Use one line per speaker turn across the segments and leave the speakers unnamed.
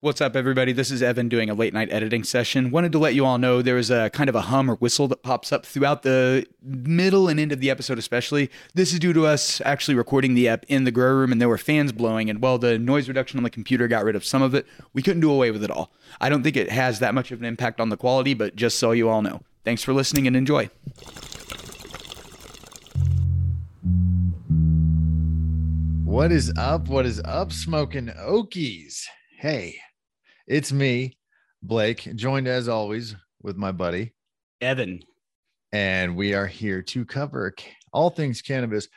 What's up, everybody? This is Evan doing a late night editing session. Wanted to let you all know there is a kind of a hum or whistle that pops up throughout the middle and end of the episode, especially. This is due to us actually recording the app in the grow room, and there were fans blowing. And while the noise reduction on the computer got rid of some of it, we couldn't do away with it all. I don't think it has that much of an impact on the quality, but just so you all know. Thanks for listening and enjoy.
What is up? What is up, smoking Okies? Hey, it's me, Blake, joined as always with my buddy,
Evan.
and we are here to cover ca- all things cannabis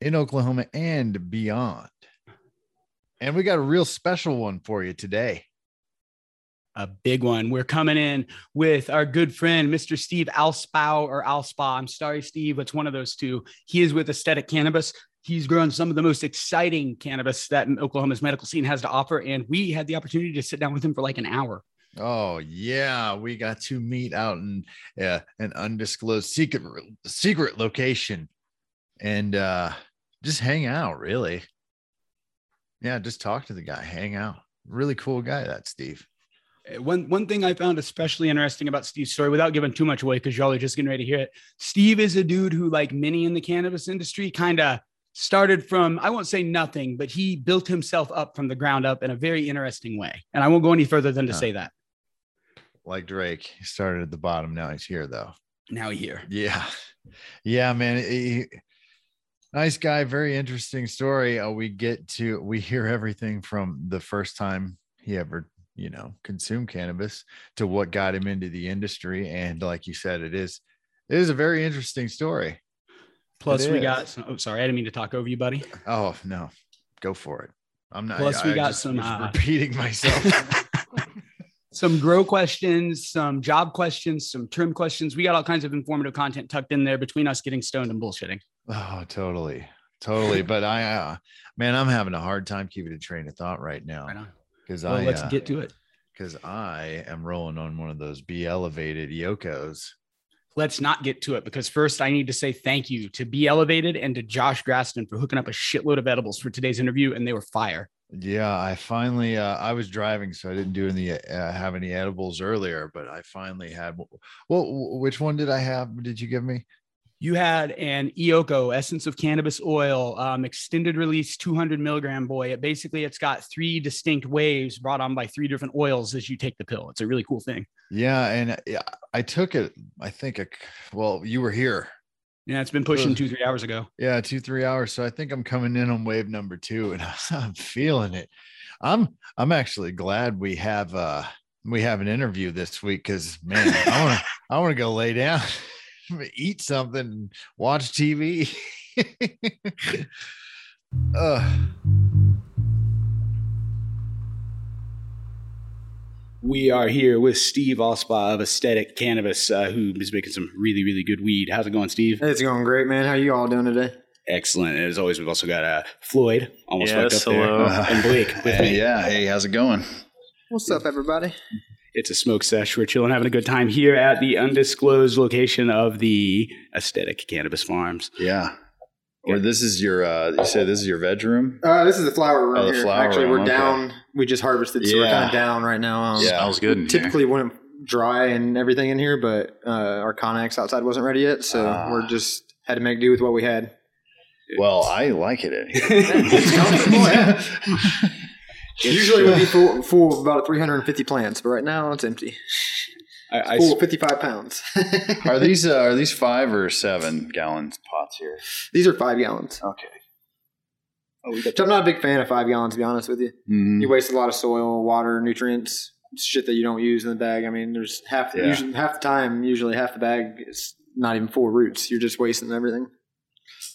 in Oklahoma and beyond. And we got a real special one for you today.
a big one. We're coming in with our good friend, Mr. Steve Alspow or Alspa. I'm sorry, Steve. It's one of those two. He is with Aesthetic Cannabis. He's grown some of the most exciting cannabis that Oklahoma's medical scene has to offer. And we had the opportunity to sit down with him for like an hour.
Oh yeah, we got to meet out in uh, an undisclosed secret secret location, and uh, just hang out. Really, yeah, just talk to the guy, hang out. Really cool guy, that Steve.
Uh, One, one thing I found especially interesting about Steve's story, without giving too much away, because y'all are just getting ready to hear it. Steve is a dude who, like many in the cannabis industry, kind of started from, I won't say nothing, but he built himself up from the ground up in a very interesting way. And I won't go any further than to
Huh.
say that.
Like Drake, he started at the bottom. Now he's here, though.
now here.
Yeah. Yeah, man. he- nice guy. Very interesting story. Uh, we get to, we hear everything from the first time he ever, you know, consumed cannabis to what got him into the industry. And like you said, it is, it is a very interesting story.
Plus,
It
we
is.
got. Some, oh, sorry, I didn't mean to talk over you, buddy.
Oh, no. Go for it. I'm not,
Plus, we
I
got
just
some,
was
uh,
repeating myself.
some grow questions, some job questions, some term questions. We got all kinds of informative content tucked in there between us getting stoned and bullshitting.
oh, totally. Totally. But I, uh, man, I'm having a hard time keeping a train of thought right now
Right on.
because
Well,
I,
let's
uh,
get to it.
because I am rolling on one of those B elevated Yokos.
Let's not get to it because first I need to say thank you to Be Elevated and to Josh Graston for hooking up a shitload of edibles for today's interview, and they were fire.
Yeah, I finally uh, I was driving, so I didn't do any uh, have any edibles earlier, but I finally had. Well, which one did I have? Did you give me?
You had an Ioko essence of cannabis oil, um, extended release 200 milligram boy. It basically it's got three distinct waves brought on by three different oils as you take the pill. It's a really cool thing.
Yeah, and uh, yeah, I took it. I think. A, well, you were here.
Yeah, it's been pushing
Ugh.
two three hours ago.
Yeah, two three hours. So I think I'm coming in on wave number two, and I'm feeling it. I'm I'm actually glad we have uh we have an interview this week because man, I want to I want to go lay down, eat something, watch TV. uh,
We are here with Steve Allspa of Aesthetic Cannabis, uh, who is making some really really good weed. How's it going, Steve?
It's going great, man. How you all doing today?
Excellent. And as always, we've also got uh, Floyd almost
Yes,
fucked up there, uh,
hello.
and Blake with me.
yeah. Hey, how's it going?
What's up, everybody?
It's a smoke sesh. We're chilling, having a good time here at the undisclosed location of the Aesthetic Cannabis Farms.
Yeah. Or this is your uh you say this is your veg room?
Uh, this is the flower room
Oh, the
here.
flower
Actually,
room,
we're
okay.
down. We just harvested, so we're
Yeah.
kind of down right now. Um,
Smells good in
Typically, wouldn't dry and everything in here, but uh, our Connex outside wasn't ready yet, so
Ah.
we're just had to make do with what we had.
here. Well, I like it in here.
It's comfortable, yeah. Usually,
true.
we'd be full, full of about 350 plants, but right now it's empty.
I, I,
Full of 55 pounds.
are these uh, are these five or seven gallon pots here?
These are five gallons.
Okay.
oh,
Which I'm not a big fan of five gallons, to be honest with you.
Mhm.
you waste a lot of soil, water, nutrients, shit that you don't use in the bag. I mean, there's half the,
Yeah.
usually, half the time, usually half the bag is not even full roots. You're just wasting everything.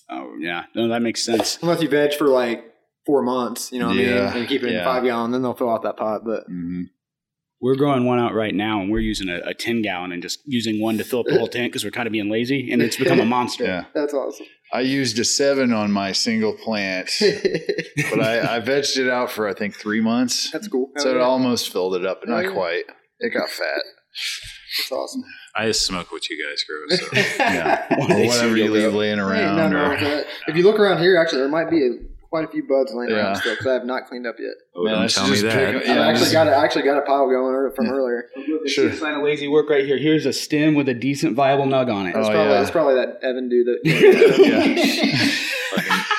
Oh yeah, no, that makes sense.
Unless you veg for like four months, you know what I
Yeah,
mean, and keep it in
yeah.
five gallon, then they'll fill out that pot. But
Mhm.
We're growing one out right now, and we're using a, a ten gallon and just using one to fill up the whole tank because we're kind of being lazy, and it's become a monster.
Yeah.
that's awesome.
I used a seven on my single plant, but I, I vegged it out for I think three months.
that's cool.
So it
Oh, Yeah,
almost filled it up, but
Oh,
not
yeah.
quite. It got fat.
That's awesome.
I just smoke what you guys grow. So
Yeah.
One
Or
day soon
whatever
you'll
you
be
leave
able-
laying
There ain't
around.
nothing
or-
wrong with that. If you look around here, actually, there might be a quite a few buds laying around
Yeah.
still because I have not cleaned up yet.
Oh,
Man, I
don't
should
tell me
just
that.
pick 'em-
I've
yeah,
actually
just-
got it. I actually got a pile going er- from earlier.
Sure.
Sign of lazy work right here. Here's a stem with a decent viable nug on it.
Uh,
Oh,
It's probably
yeah.
it's probably that Evan dude that.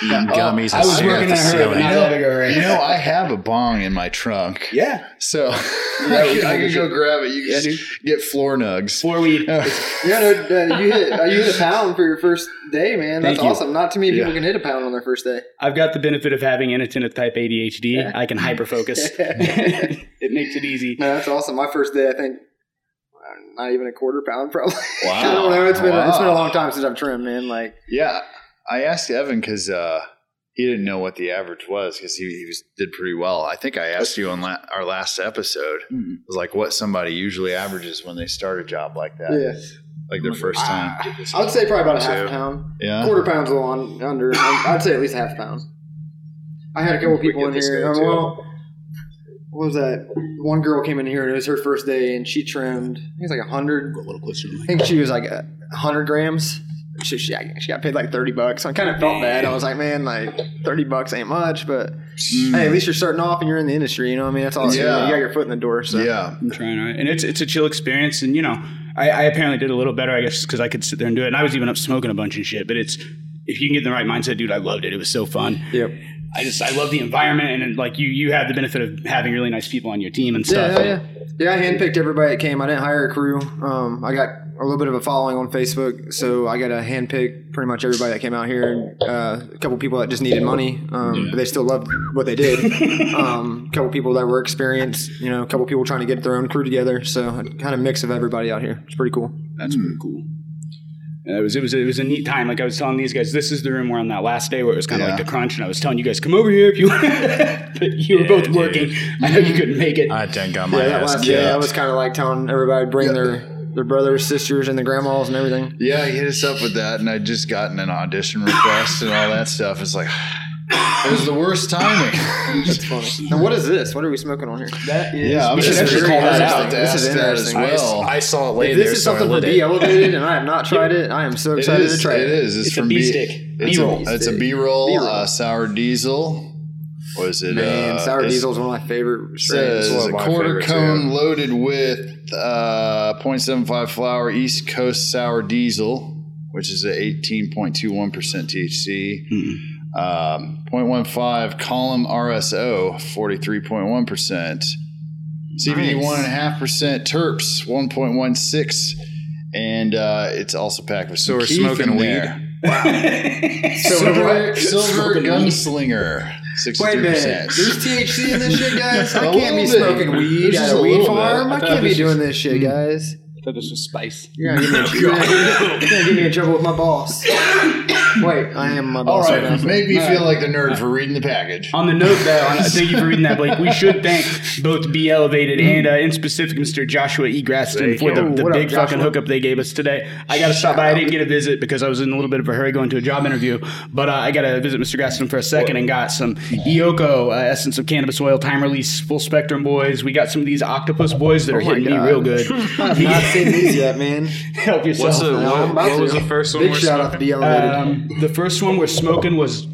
Eating gummies.
I was
staring
working
the
at her, but
ceiling.
not loving her right
You know,
now.
I have a bong in my trunk,
Yeah.
so I, can, I can go grab it. You can just get floor nugs.
Before we
yeah, no, uh, you hit uh, you hit a pound for your first day, man. That's
Thank you.
awesome. Not too many people
Yeah.
can hit a pound on their first day.
I've got the benefit of having inattentive type ADHD. I can hyperfocus. it makes it easy.
No, that's awesome. My first day, I think, uh, not even a quarter pound, probably.
Wow.
I don't know. It's been a, it's been a
Wow.
long time since I've trimmed, man. Like,
Yeah, I asked Evan because uh, he didn't know what the average was because he, he was did pretty well. I think I asked you on la- our last episode
Hmm.
Mhm.
was like what somebody usually averages when they start a job like that,
yeah,
like their first time.
I would say probably about a half
Two.
pound.
Yeah,
quarter pound's a little on, under. I- I'd say at least a half pound. I had a couple
We
people
get
in
this
here.
guy,
um,
too.
well, what was that? One girl came in here and it was her first day, and she trimmed. I think it's like a hundred.
A little closer.
I think she was like a hundred grams. She, she, she got paid like thirty bucks. I kind of felt bad. I was like, man, like thirty bucks ain't much, but hey, at least you're starting off and you're in the industry. You know what I mean? That's all. Yeah.
Mm. Yeah.
You got your foot in the door. So
yeah,
I'm trying, all right? And it's it's a chill experience, and you know, I, I apparently did a little better, I guess, because I could sit there and do it. And I was even up smoking a bunch and shit. But it's if you can get in the right mindset, dude, I loved it. It was so fun.
Yep.
I just I love the environment, and, and like you, you have the benefit of having really nice people on your team and
Yeah,
stuff.
yeah, yeah. Yeah, I handpicked everybody that came. I didn't hire a crew. Um, I got a little bit of a following on Facebook, so I got to handpick pretty much everybody that came out here. And, uh, a couple people that just needed money, um, but they still loved what they did. um, a couple people that were experienced, you know, a couple people trying to get their own crew together. So kind of mix of everybody out here. It's pretty cool.
That's pretty cool. And it was it was it was a neat time. Like I was telling these guys, this is the room we're on that last day where it was kind of
Yeah.
like the crunch, and I was telling you guys, come over here if you. but you were
Yeah,
both
dude.
working. I know you couldn't make it.
I done got my
yeah, that
ass
last
kicked.
day, I was kind of like telling everybody to bring their their brothers, sisters, and the grandmas and everything.
yeah. He hit us up with that, and I'd just gotten an audition request and all that stuff. It's like it was the worst timing.
It's funny. Now, what is this? What are we smoking on here?
that is,
yeah, I'm
we should
just
actually
very
call that
interested
out.
to
This is
ask that as
interesting. I
well.
I saw it lay
If
there.
this is
so I
something for
lit it.
be elevated, and I have not tried it. I am so
It
excited
is,
to try it.
It is. It's,
It's a
from
B
B
stick.
It's
B-roll.
A, it's a
B-stick.
B roll.
B-roll.
Uh, sour diesel. Was it?
Man,
uh,
sour
it's-
diesel is one of my favorite
it Says
strains. It's
a
one of my
quarter
favorites,
cone
yeah.
loaded with uh, 0.75 flour East Coast sour diesel, which is at 18.21% THC.
Hmm.
Um, 0.15 column RSO, 43.1%. CBD
Nice.
E one and a half percent, terps one point one six, and uh, it's also packed with
So
some
we're
keef
smoking
in
weed?
there. Silver,
Silver-
silver
Smoking weed.
gunslinger, sixty
Wait a
three
minute.
percent.
There's THC in this shit, guys.
A
I can't be
little bit.
smoking weed
There's just
at
a
a weed
little bit.
farm.
I
I
thought Hmm.
can't
it
be
was
doing this shit, guys.
I thought this was spice.
You're gonna, get me in, you're, gonna, you're gonna get me in trouble with my boss. Wait, I am my
All
boss right,
right,
now.
make me feel like the nerd for reading the package.
On the note, though, on- thank you for reading that, Blake. We should thank both Be Elevated and, uh, in specific, Mr. Joshua E. Graston for the,
go.
the
What up,
big fucking
Joshua?
hookup they gave us today. I got to stop by. I didn't get a visit because I was in a little bit of a hurry going to a job interview, but uh, I got to visit Mr. Graston for a second and got some Ioko uh, Essence of Cannabis Oil Time Release Full Spectrum Boys. We got some of these Octopus Boys that are
Oh my
hitting me
God.
real good.
I've not seen these yet, man.
Help yourself.
What's the,
No, I'm
what,
about
what
to.
was the first one?
Big
we're
shout out to
smoking?
the elevated.
um, the first one we're smoking was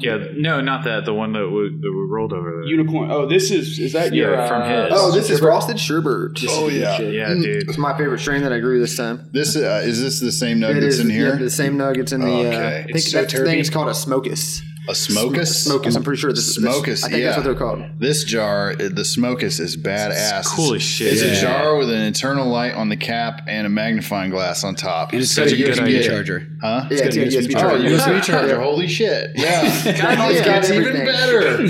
Yeah, no, not that. The one that we, that we rolled over there.
Unicorn. Oh, this is is that your
Yeah, from
uh,
his.
oh, this is Frosted Sherbert.
Oh yeah,
yeah, dude.
It's my favorite strain that I grew this time.
this uh, is this the same nug
It
that's
is
in here?
yeah, the same nuggets in the.
Okay.
Uh, I think
It's so
that
terpy.
thing's called a smokus.
a smokus.
Smokus. I'm pretty sure this is this-
Smokus,
I think
yeah.
that's what they're called.
This jar, uh, the smokus, is badass.
cool as shit.
It's a
Yeah.
jar with an internal light on the cap and a magnifying glass on top.
And it's
So
got a
you can
good
get-
idea.
charger.
Huh?
Yeah, it's
got a
a USB
USB
Oh,
charger.
USB charger. Holy shit. Yeah.
God,
It's
it's got
even
everything.
better.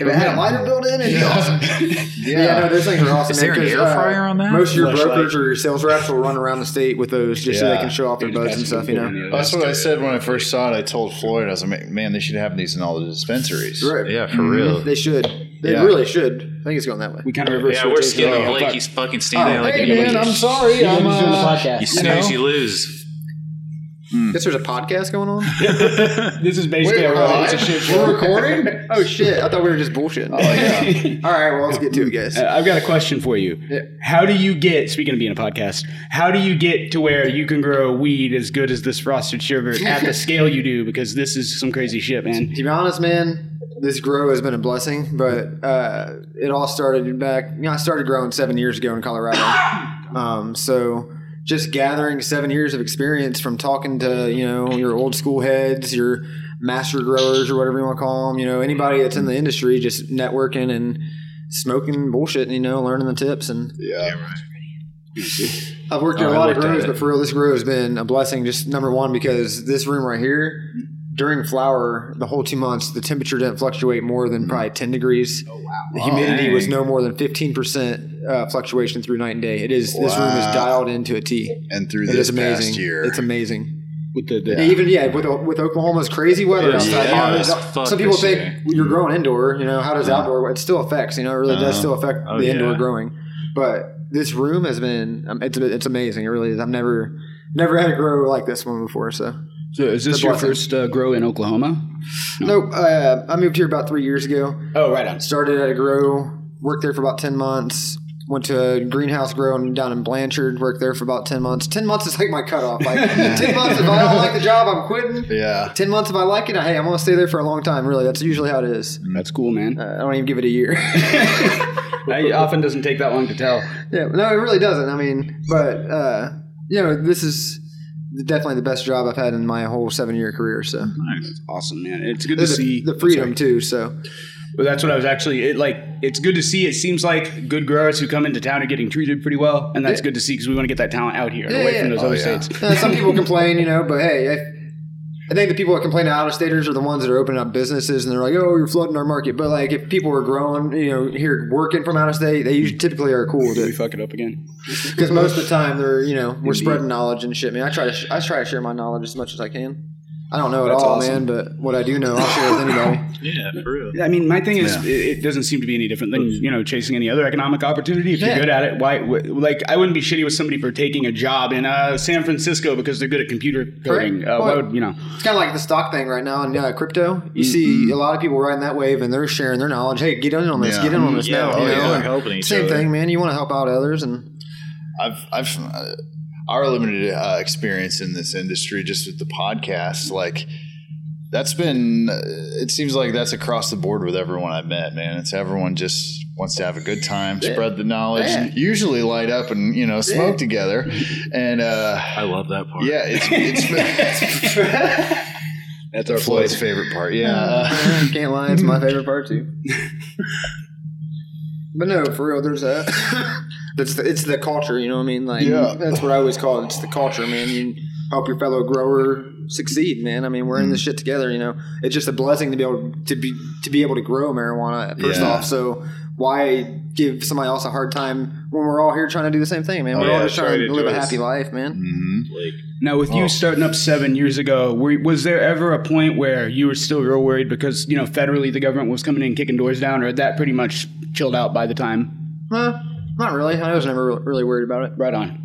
If it had a lighter built in, it'd be awesome. Yeah,
Yeah.
no, those things are awesome.
Is there
man,
an
'cause,
air
uh,
fryer on that?
Most of your
Flashlight.
brokers or your sales reps will run around the state with those just so they
Yeah.
can show off their buds and stuff, you know?
That's what I said when I first saw it. I told Floyd, I was like, man, they should have these in all the dispensaries.
Right. Mm-hmm.
Yeah, for real.
They should. They
Yeah.
really should. I think it's going that way.
We kind of reverse
Yeah, we're
rotation.
skinny.
Oh,
Blake,
fuck.
he's fucking skinny. like
Hey,
an
man,
idiot.
I'm sorry. I'm, uh,
You
you know.
snooze, you lose.
guess there's a podcast going on.
This is basically
Wait,
a
we're
really-
live? We're recording? Oh shit! I thought we were just bullshitting. All right, well let's get to it, guys.
Uh, I've got a question for you.
Yeah.
How do you get, speaking of being a podcast, how do you get to where you can grow weed as good as this frosted sugar at the scale you do? Because this is some crazy shit, man.
to be honest, man, this grow has been a blessing, but uh, it all started back. You know, I started growing seven years ago in Colorado. Um, so just gathering seven years of experience from talking to you know your old school heads, your master growers, or whatever you want to call them. You know, anybody that's in the industry, just networking and smoking bullshit, and you know, learning the tips and
Yeah.
I've worked in
Oh,
a
I
lot of
looked at
grows,
it.
but for real, this grow has been a blessing. Just number one, because this room right here, during flower, the whole two months, the temperature didn't fluctuate more than probably 10 degrees. Oh, wow. The humidity
Mm-hmm. Dang.
was no more than 15% uh, fluctuation through night and day. It is, this room is
Wow.
dialed into a T.
Uh, And through
It
this
is amazing.
past year,
It's amazing.
With the, the
Yeah.
Even, yeah, with, with Oklahoma's crazy weather
Yeah,
outside. you
hot
know,
as
some-
fuck
some people
this
think
year.
you're growing indoor, you know, how does outdoor, it still affects, you know, it really does
Uh-huh.
still affect
Oh,
the indoor
yeah.
growing. But this room has been, um, it's, it's amazing. It really is. I've never, never had a grow like this one before. So,
So is
this your
first uh, grow in Oklahoma?
nope. Uh, I moved here about three years ago.
Oh, right on.
Started at a grow, worked there for about 10 months. Went to a greenhouse grow in- down in Blanchard, worked there for about 10 months. 10 months is like my cutoff. Like, 10 months, if I don't like the job, I'm quitting.
yeah.
10 months, if I like it, hey, I'm going to stay there for a long time, really. That's usually how it is.
That's cool, man.
Uh, I don't even give it a year.
I often doesn't take that long to tell.
Yeah, no, it really doesn't. I mean, but uh, you know, this is definitely the best job I've had in my whole seven-year career. So
That's awesome, man. It's good
the,
to see
the freedom too. So
Well, that's what I was actually it, like. It's good to see. It seems like good growers who come into town are getting treated pretty well, and that's
Yeah.
good to see because we want to get that talent out here and
Yeah,
away
yeah.
from those
Oh,
other
yeah.
states.
uh, some people complain, you know, but hey, if, I think the people that complain to out-of-staters are the ones that are opening up businesses and they're like, "Oh, you're flooding our market." But like, if people are growing, you know, here working from out-of-state, they usually typically are cool with
Did we
it
fuck it up again?
because most of the time they're, you know, we're spreading knowledge and shit. Man, I try to, sh- I try to share my knowledge as much as I can. I don't know at all, man, but what I do know, I'll share with anybody.
Yeah, for real.
I mean, my thing is, it, it doesn't seem to be any different than you know chasing any other economic opportunity. If you're
Mm. Yeah.
good at it, why? wh- Like, I wouldn't be shitty with somebody for taking a job in uh, San Francisco because they're good at computer coding. Uh, why
Well-
would you know?
It's kind of like the stock thing right now in uh, crypto. You see a lot of people riding that wave and they're sharing their knowledge. Hey, get in on this.
Yeah.
Get in on this
Yeah,
now.
oh,
you
yeah.
know?
We're
And
helping each
Same
other.
thing, man. You want to help out others, and
I've I've uh, our limited uh, experience in this industry, just with the podcast, like that's been. uh, It seems like that's across the board with everyone I've met, man. It's everyone just wants to have a good time, spread the knowledge,
Yeah.
usually light up and you know smoke together, and uh,
I love that part.
yeah, it's it's. That's our Floyd's favorite part. Yeah, uh,
I Oh, can't lie, it's my favorite part too. but no, for real, there's a. That's the, it's the culture, you know what I mean? Like
Yeah.
that's what I always call it. It's the culture, man. You help your fellow grower succeed, man. I mean, we're in this shit together, you know. It's just a blessing to be able to be to be able to grow marijuana first
Yeah.
off. So why give somebody else a hard time when we're all here trying to do the same thing, man?
Oh,
We're all
yeah,
just
try
trying to
to
live a
enjoy
happy
this.
life, man.
mhm.
Now, with you
Oh.
starting up seven years ago, were, was there ever a point where you were still real worried because you know federally the government was coming in kicking doors down, or had that pretty much chilled out by the time?
Huh? Not really. I was never re- really worried about it.
Right on.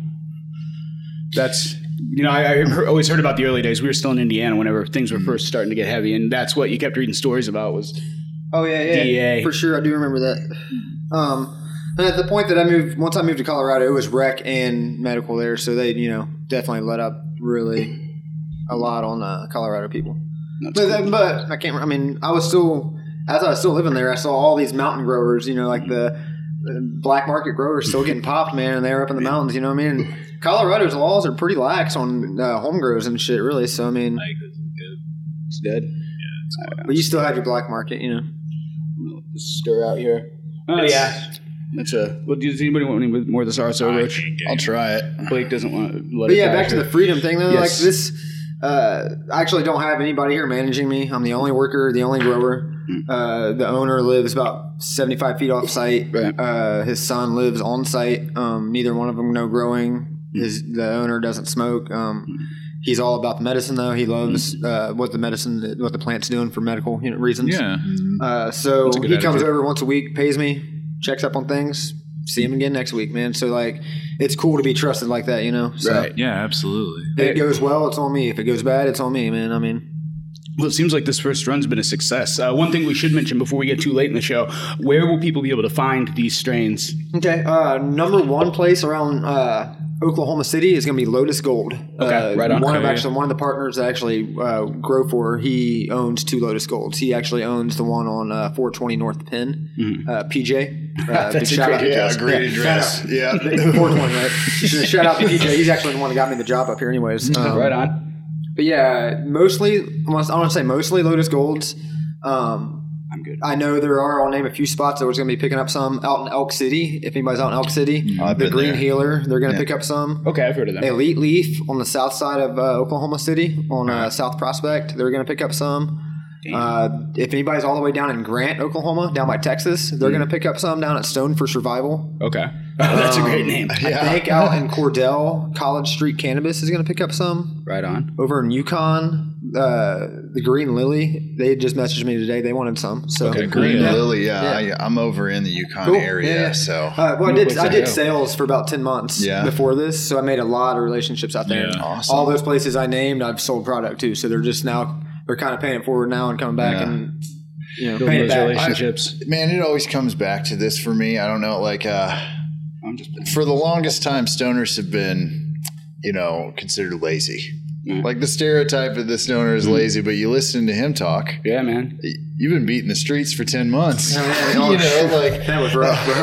That's you know I, I heard- always heard about the early days. We were still in Indiana whenever things
Mm.
were first starting to get heavy, and that's what you kept reading stories about was
Oh yeah, yeah,
DEA.
for sure. I do remember that. Um, and at the point that I moved, once I moved to Colorado, it was rec and medical there, so they, you know, definitely let up really a lot on uh, Colorado people. But, that- but I can't. I mean, I was still as I was still living there. I saw all these mountain growers, you know, like the uh, black market growers still getting popped, man. And they're up in the mountains, you know what I mean. Colorado's laws are pretty lax on uh, home grows and shit, really. So I mean,
it's dead.
but you still have your black market, you know.
Stir out here. Oh yeah, that's a. Well, does anybody want any more of this RSO, Rich?
I'll try it.
Blake doesn't want to let
But
it
yeah,
die
back to
here.
the freedom thing though.
Yes.
Like this, uh, I actually don't have anybody here managing me. I'm the only worker, the only grower.
Hmm.
Uh, the owner lives about 75 feet off site.
Right.
Uh, his son lives on site. Um, neither one of them know growing.
Hmm.
His the owner doesn't smoke. Um, he's all about the medicine though. He loves
Hmm.
uh, what the medicine, what the plant's doing for medical you know, reasons.
Yeah.
Uh, so
a
he
good
comes
attitude.
over once a week, pays me, checks up on things, see him again next week, man. So like, it's cool to be trusted like that, you know. So
Right.
Yeah, absolutely.
if it goes well, it's on me. If it goes bad, it's on me, man. I mean,
Well, it seems like this first run's been a success. Uh, one thing we should mention before we get too late in the show: where will people be able to find these strains?
okay. Uh, number one place around uh, Oklahoma City is going to be Lotus Gold.
Okay,
uh,
right on.
One of
Okay.
actually one of the partners that actually uh, grow for he owns two Lotus Golds. He actually owns the one on uh, 420 North Penn, uh, PJ. Uh, big
That's a
shout
great
out to
Yeah,
Jess.
great
Yeah,
address. Yeah.
Fourth one, right? Shout out to PJ. He's actually the one that got me the job up here, anyways. Um,
right on.
But yeah, mostly. I want to say mostly Lotus Golds. Um,
I'm good.
I know there are. I'll name a few spots that was going to be picking up some out in Elk City. If anybody's out in Elk City,
I've
the
been
Green
there.
Healer, they're going to pick up some.
Mm-hmm. Okay, I've heard of them.
Elite Leaf on the south side of uh, Oklahoma City on uh, South Prospect, they're going to pick up some. Uh, if anybody's all the way down in Grant, Oklahoma, down by Texas, they're going to pick up some down at Stone for Survival.
Okay, Mm-hmm. that's a great
Um,
name.
I think out in Cordell, College Street Cannabis is going to pick up some.
Right on.
Over in Yukon, uh, the Green Lily, they just messaged me today. They wanted some. So Uh,
Green Lily, yeah,
Yeah.
I, I'm over in the Yukon
Cool.
area,
Yeah, yeah.
so
Uh, well, I
place
did.
to
I did
go.
sales for about ten months
Yeah.
before this, so I made a lot of relationships out there.
Yeah.
Awesome.
All those places I named, I've sold product to, so they're just now they're kind of paying it forward now and coming back
Yeah.
and you know
Building
paying it
those
back.
relationships.
man, it always comes back to this for me. I don't know, like uh,
I, am just
for the longest time, stoners have been, you know, considered lazy. Like the stereotype of the stoner is lazy, but you listen to him talk.
yeah, man.
You've been beating the streets for ten months.
yeah,
you know,
oh,
like
That was rough, bro.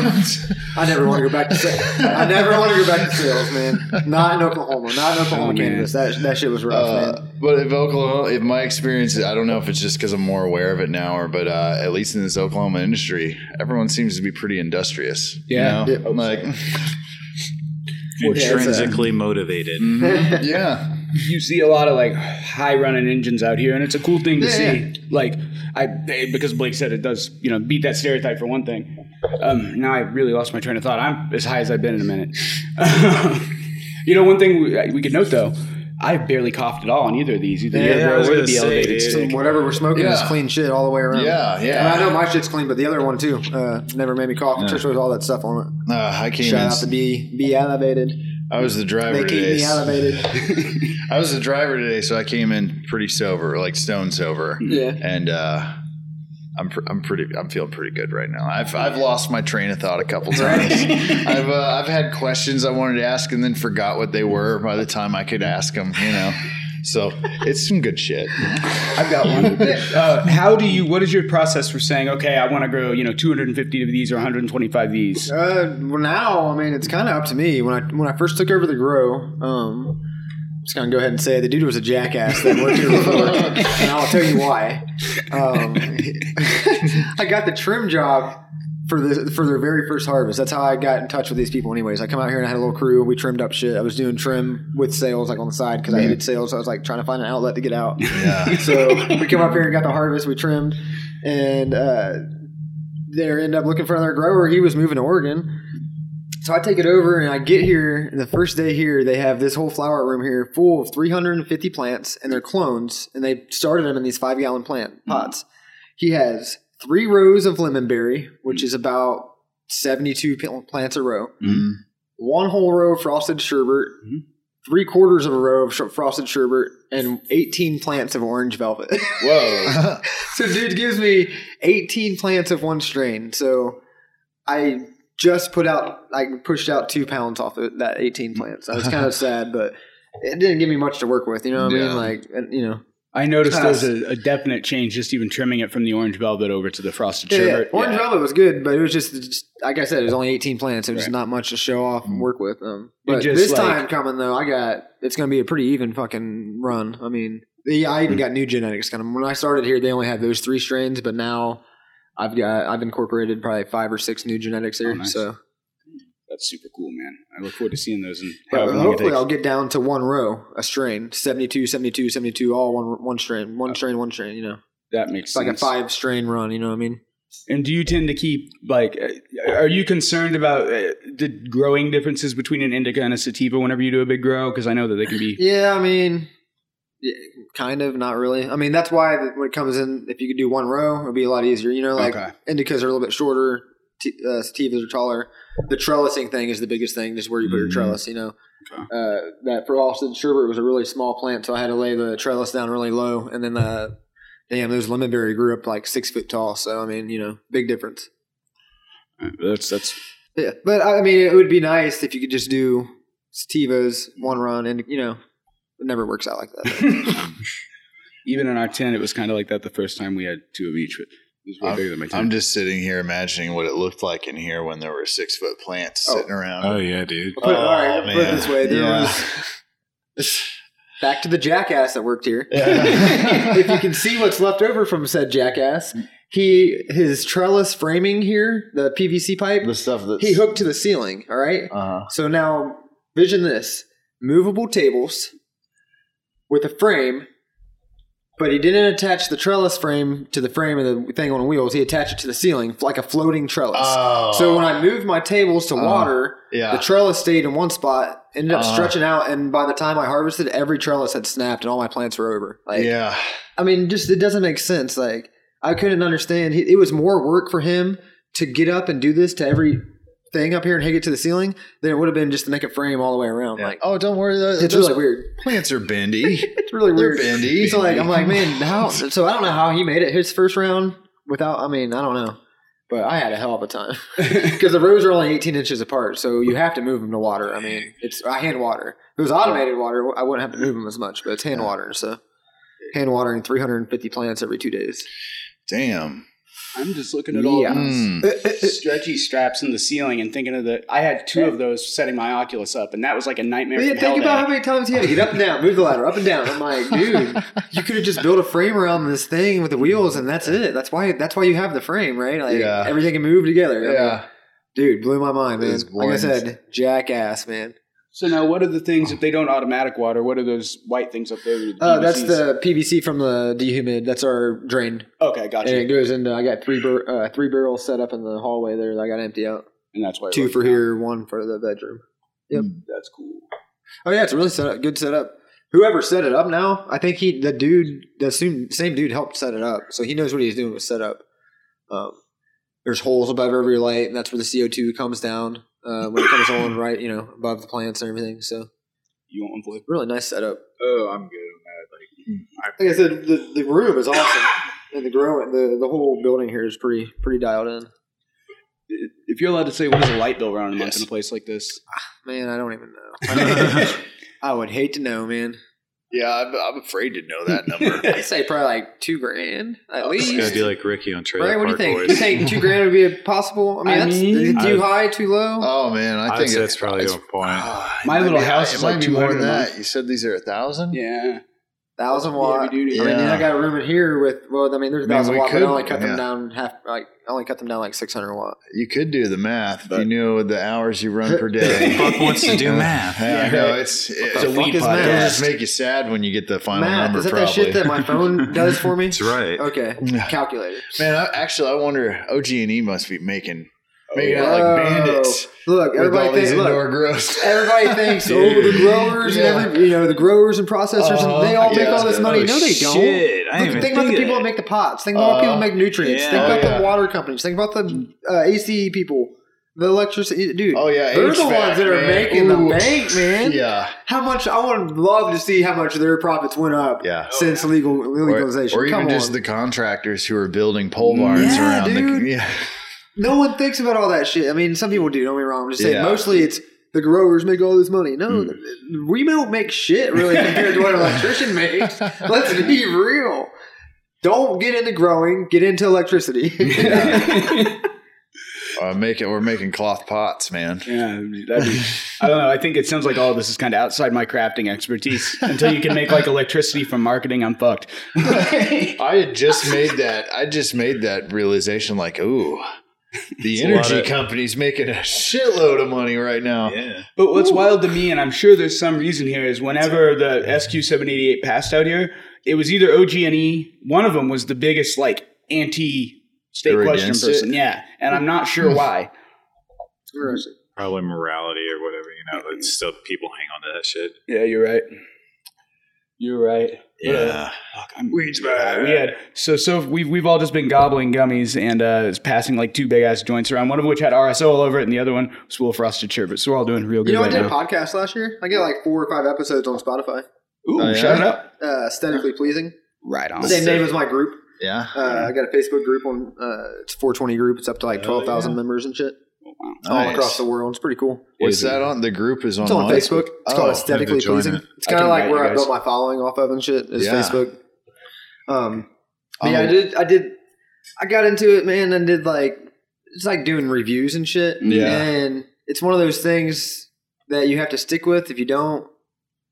I never want to go back to sales. I never want to go back to sales, man. Not in Oklahoma. Not in Oklahoma
Oh, man.
cannabis. That that shit was rough,
Uh,
man.
but if Oklahoma, if my experience, I don't know if it's just because I'm more aware of it now, or but uh, at least in this Oklahoma industry, everyone seems to be pretty industrious. you
Yeah.
know? like
Intrinsically motivated.
yeah,
you see a lot of like high running engines out here, and it's a cool thing to see. Like I they- because Blake said it does, you know, beat that stereotype for one thing. Um, now I really lost my train of thought. I'm as high as I've been in a minute. you know, one thing we, we could note though, I barely coughed at all on either of these. Either
yeah, I
yeah,
was
or
gonna
the
say,
elevated.
dude.
stick.
Whatever we're smoking is
Yeah.
clean shit all the way around.
yeah,
And I
yeah.
know my shit's clean, but the other one too. Uh, never made me cough. Trish was all that stuff on it.
Uh, I came.
Shout
in-
out to B B elevated.
I was the driver.
They keep
today,
me
so-
elevated.
I was the driver today, so I came in pretty sober, like stone sober.
Yeah.
And uh, I'm pr- I'm pretty I'm feeling pretty good right now. I've I've lost my train of thought a couple times. I've uh, I've had questions I wanted to ask and then forgot what they were by the time I could ask them. You know. So it's some good shit.
I've got one. Uh, how do you? What is your process for saying, okay, I want to grow, you know, 250 of these or 125 of these?
Uh, well, now I mean it's kind of up to me. When I when I first took over the grow, um, just gonna go ahead and say the dude was a jackass that worked here before, and I'll tell you why. Um, I got the trim job for the for their very first harvest. That's how I got in touch with these people. Anyways, I come out here and I had a little crew. We trimmed up shit. I was doing trim with sales like on the side because I hated sales. So I was like trying to find an outlet to get out.
Yeah.
So we come up here and got the harvest. We trimmed, and uh, they end up looking for another grower. He was moving to Oregon, so I take it over and I get here. And the first day here, they have this whole flower room here full of 350 plants and they're clones, and they started them in these five gallon plant pots. He has three rows of lemon berry, which is about 72 pl- plants a row.
Mhm.
One whole row of frosted sherbet. Three quarters of a row of sh- frosted sherbet and 18 plants of orange velvet.
Whoa.
so dude gives me 18 plants of one strain so i just put out i pushed out two pounds off of that 18 plants i was kind of sad but it didn't give me much to work with you know what i
Yeah.
mean like and, you know
I noticed
Uh,
there's a, a definite change, just even trimming it from the orange velvet over to the frosted
yeah, yeah.
sherbet.
orange
Yeah.
velvet was good but it was just, just like i said it was only 18 plants so it was just not much to show off and work with um,
You
but
Mm. just,
this
like-
time coming though i got it's going to be a pretty even fucking run i mean yeah,
Mm.
I even got new genetics. Kind of when I started here, they only had those three strains, but now I've got I've incorporated probably five or six new genetics here.
Oh, nice.
So
That's super cool, man. I look forward to seeing those. And
Yeah,
however long it
hopefully
takes.
I'll get down to one row, a strain, 72, 72, 72, all one one strain,
Oh.
one strain, one strain, you know.
that makes
It's like a
sense.
five strain run, you know what I mean?
And do you tend to keep like? uh, Are you concerned about uh, the growing differences between an indica and a sativa whenever you do a big grow? Because I know that they can be.
Yeah, I mean, yeah, kind of, not really. I mean, that's why when it comes in, if you could do one row, it'd be a lot easier, you know, like
Okay.
indicas are a little bit shorter, t- uh, sativas are taller. The trellising thing is the biggest thing. Is where you put your
Mhm.
trellis. You know,
Mm-hmm. Okay.
uh, that for Austin Sherbert was a really small plant, so I had to lay the trellis down really low, and then the damn those lemonberry grew up like six foot tall. So I mean, you know, big difference.
Uh, That's that's
Yeah, but I mean, it would be nice if you could just do sativas one run, and you know, it never works out like that.
even in our tent. It was kind of like that the first time we had two of each. It was way bigger than my tent.
I'm just sitting here imagining what it looked like in here when there were six foot plants
Oh.
sitting around.
Oh yeah, dude.
Put it, all right, put it this way: there
Oh, Yeah.
was back to the jackass that worked here.
Yeah.
if you can see what's left over from said jackass, he his trellis framing here, the PVC pipe,
the stuff that's
he hooked to the ceiling. All right.
Uh-huh.
So now vision this: movable tables with a frame. But he didn't attach the trellis frame to the frame of the thing on wheels. He attached it to the ceiling like a floating trellis.
Oh,
so when I moved my tables to
Oh.
water,
yeah,
the trellis stayed in one spot, ended up
Uh-huh.
stretching out, and by the time I harvested, every trellis had snapped and all my plants were over. Like,
yeah,
I mean, just it doesn't make sense. Like, I couldn't understand. He, it was more work for him to get up and do this to every thing up here and hang it to the ceiling than it would have been just to make a frame all the way around.
Yeah.
Like,
oh, don't worry, those,
it's really weird.
plants are bendy.
It's really
They're
weird.
bendy.
So like, I'm like, man, how? So I don't know how he made it his first round without. I mean, I don't know. But I had a hell of a time because the rows are only 18 inches apart, so you have to move them to water. I mean, it's I hand water. If it was automated water, I wouldn't have to move them as much, but it's hand water, so hand watering 350 plants every two days.
Damn.
I'm just looking at all
Yeah.
these
Mm.
stretchy straps in the ceiling and thinking of the. I had two of those setting my Oculus up, and that was like a nightmare.
But yeah,
from hell
think about
day.
how many times he had to get up and down, move the ladder up and down. I'm like, dude, you could have just built a frame around this thing with the wheels, and that's it. That's why. That's why you have the frame, right? Like
Yeah.
everything can move together. I mean,
Yeah.
Dude, blew my mind, man.
It's
Like I
blind.
said, jackass, man.
So now, what are the things if they don't automatic water? What are those white things up there? with
Uh, that's
PVCs?
the PVC from the dehumid. That's our drain,
okay,
and
gotcha.
it goes into. I got three bur- uh, three barrels set up in the hallway there. That I got to empty out.
and that's why it
Two
worked
for
out.
here, one for the bedroom. Yep.
Mm,
That's cool.
Oh yeah, it's really set up. Good setup. Whoever set it up now, I think he, the dude, the same, same dude helped set it up, so he knows what he's doing with setup. Um, there's holes above every light, and that's where the CO two comes down uh, when it comes on, right? You know, above the plants and everything. So
You want one, Blue?
really nice setup.
oh, I'm good on that. Like,
Like I said, the, the room is awesome, and the growing, the the whole building here is pretty pretty dialed in.
If you're allowed to say, what is a light bill around a month
Yes.
in a place like this?
Man, I don't even know. I would hate to know, man.
Yeah, I'm, I'm afraid to know that number.
I'd say probably like two grand at
it's
least.
gonna be like Ricky on Trailer
Right? What do you
Park
think? You
Boys.
think two grand would be a possible? I mean,
I
that's
mean-
is it too
I'd-
high, too low.
oh man, I
I
think
think that's probably
it's-
on point.
Ah, it
My
might
little
be-
house
it
is
might
like
be more
200
than
a
that.
month.
You said these are a thousand.
Yeah.
thousand
yeah we
watt.
do do
I mean, then
Yeah.
I got a room in here with. Well, I mean, there's
I
a
mean,
thousand
we
watt, but
could-
I only cut
yeah.
them down half. Like, I only cut them down like six hundred watt.
You could do the math, but
But-
you knew the hours you run per day.
Fuck wants to do math.
Yeah,
Yeah.
no, it's it's
the
a
fuck
weed
is
podcast. It'll
math?
just make you sad when you get the final
Matt,
number.
is that
probably.
that shit that my phone does for me?
That's right.
Okay, calculator.
Man, I, actually, I wonder. OG and E must be making making
yeah.
out like
Oh,
bandits
Look,
with all
everybody
these
thinks. Look,
indoor grows.
everybody thinks. Oh, the growers
Yeah.
and every, you know, the growers and processors,
Uh-huh.
and they all make
Yeah.
all this money.
Oh,
no, they don't.
Shit. I
Look,
didn't
think
even
about the
think
people that
of that.
make the pots. Think about
Uh,
people that make nutrients.
yeah.
think about
Oh, yeah.
the water companies. Think about the uh, AC people, the electricity. Dude,
Oh yeah,
they're the
HVAC,
ones that are
man.
making the
Ooh.
bank, man.
Yeah,
How much? I would love to see how much their profits went up
yeah.
since legal
Or,
legalization.
or even
Oh. Come
just
on.
the contractors who are building pole barns
Yeah,
around
dude.
the yeah.
no one thinks about all that shit. I mean, some people do. Don't be wrong. I'm just saying.
Yeah.
Mostly, it's the growers make all this money. No,
Hmm.
we don't make shit really compared to what an electrician makes. Let's be real. Don't get into growing. Get into electricity.
Uh, make it. We're making cloth pots, man.
Yeah, that'd be, I don't know. I think it sounds like all this is kind of outside my crafting expertise. Until you can make like electricity from marketing, I'm fucked.
I had just made that. I just made that realization. Like, ooh, the
a lot
energy
of-
company's making a shitload of money right now.
Yeah.
But what's wild to me, and I'm sure there's some reason here, is whenever the SQ788 passed out here, it was either OG and E. One of them was the biggest like anti
They
state
were
question
against
person. Yeah, and I'm not sure why.
Probably morality or whatever, you know, but still people hang on to that shit.
Yeah, you're right.
You're right.
Yeah.
Fuck, I'm weeds man. We had so so we've we've all just been gobbling gummies and uh it's passing like two big ass joints around, one of which had RSO all over it and the other one was full of frosted sherbet. So we're all doing real good
You know, I
right
did a
now.
podcast last year. I got like four or five episodes on Spotify.
Ooh,
Oh, yeah?
shout it up.
Uh, aesthetically pleasing.
Right
Oh,
on.
Same name as my group.
Yeah.
Uh, I got a Facebook group on. Uh, it's 420 group. It's up to like 12,000 members and shit all
Nice.
across the world. It's pretty cool.
What's that on? The group is on,
It's on
what?
Facebook. It's
Oh,
called
I have to
aesthetically
join
pleasing.
it.
It's
I
kind of
can
like
invite
where
you
I
guys.
built my following off of and shit is
Yeah.
Facebook. Um, but
I'm
yeah,
a-
I did. I did. I got into it, man, and did like it's like doing reviews and shit.
Yeah.
and it's one of those things that you have to stick with. If you don't,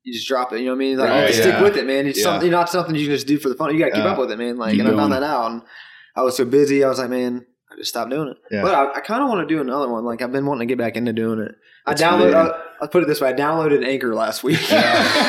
you just drop it. You know what I mean? Like you
Right,
have to stick
yeah.
with it, man. It's
Yeah.
something not something you just do for the fun. You got to keep
Yeah.
up with it, man. Like,
Keep
and I found
going.
that out. And I was so busy. I was like, man, I just stopped doing it.
Yeah.
But I, I kind of want to do another one. Like I've been wanting to get back into doing it. I
That's
download.
really-
I, I'll put it this way: I downloaded Anchor last week.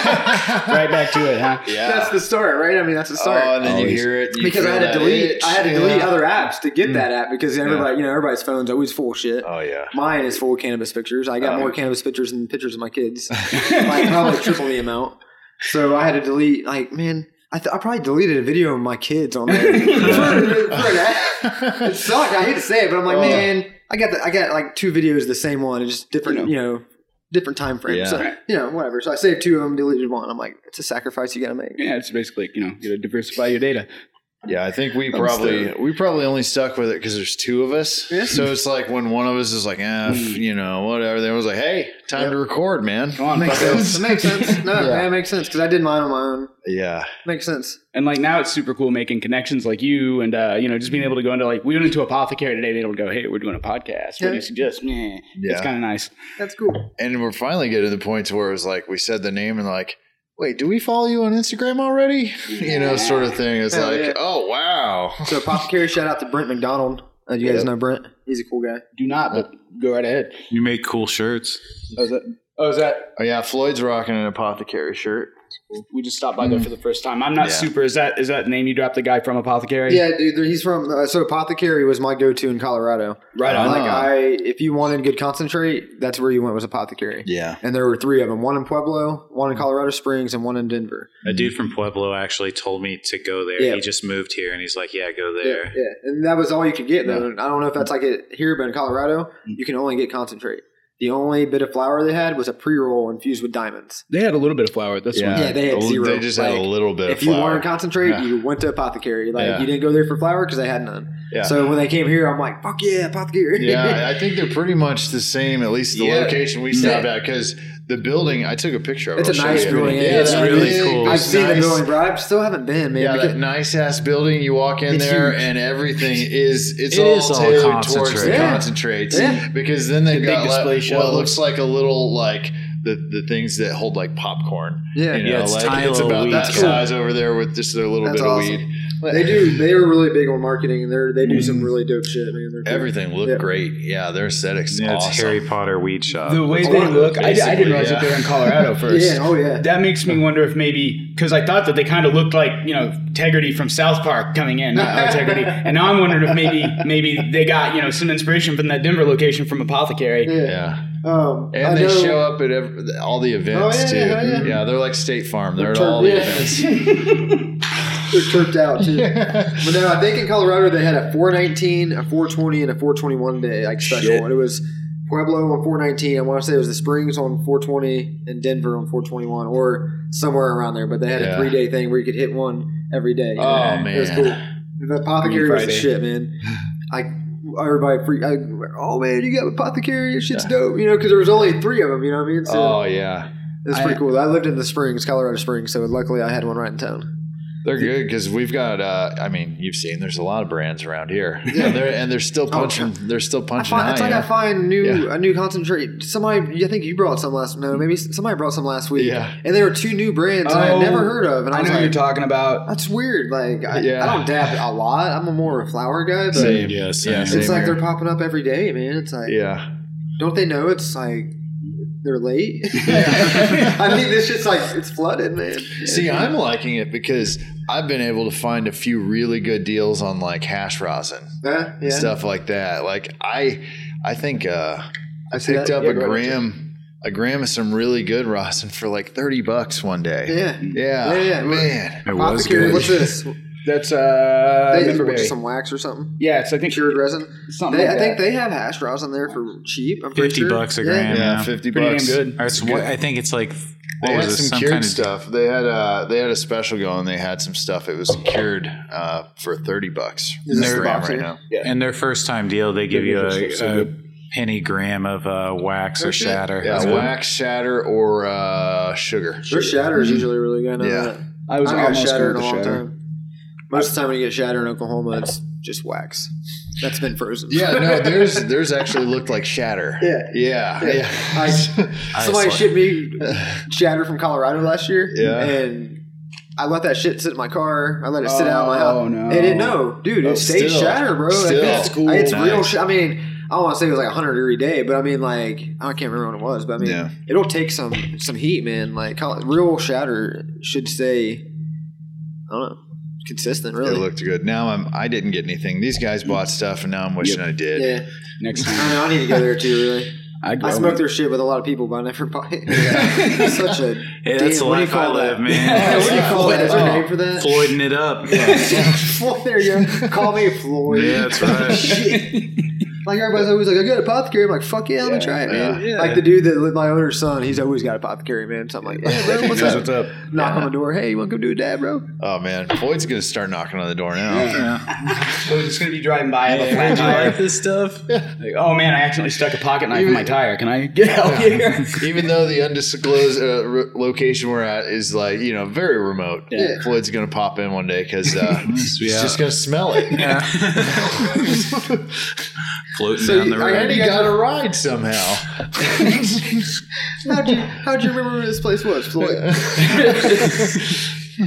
right back to it, huh?
Yeah.
that's the start, right? I mean, that's the start
Oh, and then you
Always.
hear it. you
because I
feel
had to
that
delete
itch,
I had to
yeah. Hmm.
delete other apps to get
Mm.
that app because everybody you know everybody's phone's always full of shit.
Oh yeah.
Mine is full of cannabis pictures. I got
Oh.
more cannabis pictures than pictures of my kids. like probably triple the amount. So I had to delete like man I, th- I probably deleted a video of my kids on there. For- for an app. It sucked. I hate to say it, but I'm like,
Oh.
man, I got the, I got like two videos of the same one, it's just different,
You know.
you know, different time frames.
Yeah.
So, you know, whatever. So I saved two of them, deleted one. I'm like, it's a sacrifice you got to make.
Yeah, it's basically like, you know, you gotta diversify your data.
Yeah, I think
I'm
we probably
still-
we probably only stuck with it because there's two of us.
Yeah.
So it's like when one of us is like, eh, f- you know, whatever. Then was like, hey, time
Yep.
to record, man.
Come on,
Makes
fuck it.
sense. It makes sense. No,
Yeah.
yeah. it makes sense because I did mine on my own.
Yeah,
Makes sense.
And like now it's super cool making connections like you and uh, you know, just being able to go into like we went into apothecary today, they don't go, Hey, we're doing a podcast. What do
Yeah.
you suggest? Meh. It's
Yeah.
kinda nice.
That's cool.
and we're finally getting to the point to where it was like we said the name and like, wait, do we follow you on Instagram already? You know, sort of thing. It's
Hell
like,
yeah.
oh wow,
So apothecary, shout out to Brent McDonald. Uh, you guys know Brent? He's a cool guy.
Do not, but go right ahead.
You make cool shirts.
Oh, is that oh is that
oh yeah, Floyd's rocking an apothecary shirt.
we just stopped by there for the first time. I'm not
Mm. Yeah.
super is that is that name you dropped the guy from Apothecary?
Yeah, dude. He's from. Uh, so apothecary was my go-to in Colorado.
Right on.
Like
Ah.
I, if you wanted good concentrate, that's where you went was apothecary.
Yeah,
And there were three of them: one in Pueblo, one in Colorado Springs, and one in Denver.
A dude from Pueblo actually told me to go there.
Yeah.
He just moved here and he's like, Yeah, go there.
Yeah, yeah. And that was all you could get though. I don't know if that's like it here, but in Colorado,
Mm.
you can only get concentrate. The only bit of flour they had was a pre-roll infused with diamonds.
They had a little bit of flour at this one.
Yeah, they had zero,
They just had a
like,
little bit.
if
of
you
flour.
wanted concentrate,
Yeah.
you went to apothecary. Like
Yeah.
you didn't go there for flour because they had none.
Yeah.
So when they came here, I'm like, fuck yeah, apothecary.
yeah, I think they're pretty much the same. At least the
Yeah.
location we stopped at, because the building I took a picture of. it.
It's a
I'll show
nice
you.
building, yeah.
it's
Yeah.
really
It's
cool.
nice.
I've seen the
Nice-
building, but I still haven't been, man.
Yeah,
because-
that nice ass building. You walk in
It's
there,
huge.
and everything is it's
It
all,
is all
tailored towards
concentrate.
the
Yeah.
concentrates.
Yeah.
Because then they've
The big
got like,
display
what
shelves.
looks like a little like the the things that hold like popcorn.
yeah.
You know,
Yeah, it's
like
tiny
it's
little
about
weed
that
stuff.
size over there with just their little
That's
bit
awesome.
of weed.
They do. They are really big on marketing, and they they do some really dope shit, man. They're cool.
Mm. Everything looked
Yeah.
great. Yeah, their aesthetics
Yeah, it's
awesome.
Harry Potter weed shop.
The way
It's
they
one of
look, I, di- I
basically,
didn't realize
Uh, yeah.
that they're in Colorado first.
Yeah. Oh yeah.
That makes me wonder if maybe because I thought that they kind of looked like you know Tegerty from South Park coming in, not Tegerty, and now I'm wondering if maybe maybe they got you know some inspiration from that Denver location from Apothecary.
Yeah.
Yeah,
Um,
and
I
they
know-
show up at every, all the events
Oh, yeah,
too.
yeah, yeah.
they're like State Farm. They're at
Tur-
all the
yeah.
events.
They're turped out too. But no, I think in Colorado they had a 419, a 420, and a 421 day like special.
Shit.
And it was Pueblo on 419. I want to say it was the Springs on 420 and Denver on 421, or somewhere around there. But they had
Yeah.
a three day thing where you could hit one every day.
Oh man,
it was cool. The apothecary was the
Friday.
shit, man. Like everybody freak. I, oh man, you got apothecary. Your shit's dope. You know, because there was only three of them. You know what I mean? So
Oh yeah,
it's
I-
pretty cool. I lived in the Springs, Colorado Springs, so luckily I had one right in town.
they're good because we've got. Uh, I mean, you've seen there's a lot of brands around here, and they're and they're still punching. they're still
Oh, I
punching.
find,
high,
it's like
yeah.
I find new
Yeah.
a new concentrate. Somebody, I think you brought some last. No, maybe somebody brought some last week.
Yeah.
and there were two new brands that I had
Oh,
never heard of, and I,
I
was
know
like,
you're talking about.
"That's weird." Like, I,
Yeah.
I don't dab a lot. I'm a more of a flower guy, but
Same.
yeah, same.
Yeah,
it's
same
like
here.
they're popping up every day, man. It's like,
yeah.
don't they know it's like they're late? I mean, this shit's like it's flooded, man.
See, I'm liking it because I've been able to find a few really good deals on like hash rosin
Huh? yeah.
stuff like that. Like I, I think uh, I
see
picked
that.
up
Yeah,
a
go ahead.
gram a gram of some really good rosin for like 30 bucks one day.
Yeah.
Yeah.
Yeah, yeah.
Man.
It
Apothecary,
was good.
What's this?
That's uh,
They,
member berry.
some wax or something.
Yeah, it's I think
Cured resin.
Oh
something.
They,
like
I think
that.
they have hash browns on there for cheap. I'm pretty
50
sure.
bucks a
Yeah.
gram.
Yeah,
Yeah.
50
pretty
bucks.
damn good.
Or it's what, I think it's like,
They
what was
had
it?
some
Some
cured
kind of-
stuff. They had uh they had a special going. They had some stuff. It was cured uh, for thirty bucks.
Is this
They're
the
around
box
right
here?
now.
And their first time deal, they give you a, a penny gram of uh, wax
Oh,
or shatter.
Yeah,
That's good.
wax shatter or uh, sugar.
Their shatter is usually really good. I know
mm-hmm. Yeah.
that.
I was
I haven't
almost
got shatter
shattered
in a
the
long
shatter.
time. Most of the time when you get shatter in Oklahoma, it's just wax. That's been frozen.
Yeah, no, there's there's actually looked like shatter.
Yeah.
yeah, yeah.
Somebody shipped me shatter from Colorado last year.
Yeah.
And I let that shit sit in my car. I let it sit out in my house.
Oh, no.
It didn't know. Dude,
Oh,
it stayed
still.
shatter, bro. Like,
Still.
that's
That's cool.
It's
Nice.
real shit. I mean, I don't want to say it was like 100 degree day, but I mean, like, I can't remember when it was, but I mean,
Yeah.
it'll take some some heat, man. Like, Col- real shatter should stay, I don't know, consistent,
it
really.
looked good. Now I'm I didn't get anything. These guys bought stuff, and now I'm wishing I did.
yeah.
Next
I
time
don't know, I need to go there too, really.
I go.
I smoke their shit with a lot of people, but I never buy it. Such a
Hey,
damn,
that's the
what do you
life I
call
live,
that?
man.
what do you call that? Is there a name for that?
Floyding it up.
Floyd, there you go. Call me Floyd.
Yeah, that's right.
Shit. Like everybody's always like, I got apothecary. I'm like, fuck yeah, let me try it, man.
yeah.
Like the dude that my owner's son, he's always got apothecary, man. So I'm like, yeah, bro, what's up?
up?
Knock on the door. Hey, you want to come do a dab, bro?
Oh man, Floyd's gonna start knocking on the door now.
I'm just gonna be driving by. I have a flat tire.
this stuff?
Like, oh man, I accidentally stuck a pocket knife in my tire. Can I get out here?
Even though the undisclosed uh, re- location we're at is like you know very remote,
Yeah.
Floyd's gonna pop in one day because uh, he's just gonna smell it.
Floating
So
down
you-
the
I
road.
and he got a ride somehow.
How'd you How'd you remember where this place was, Floyd?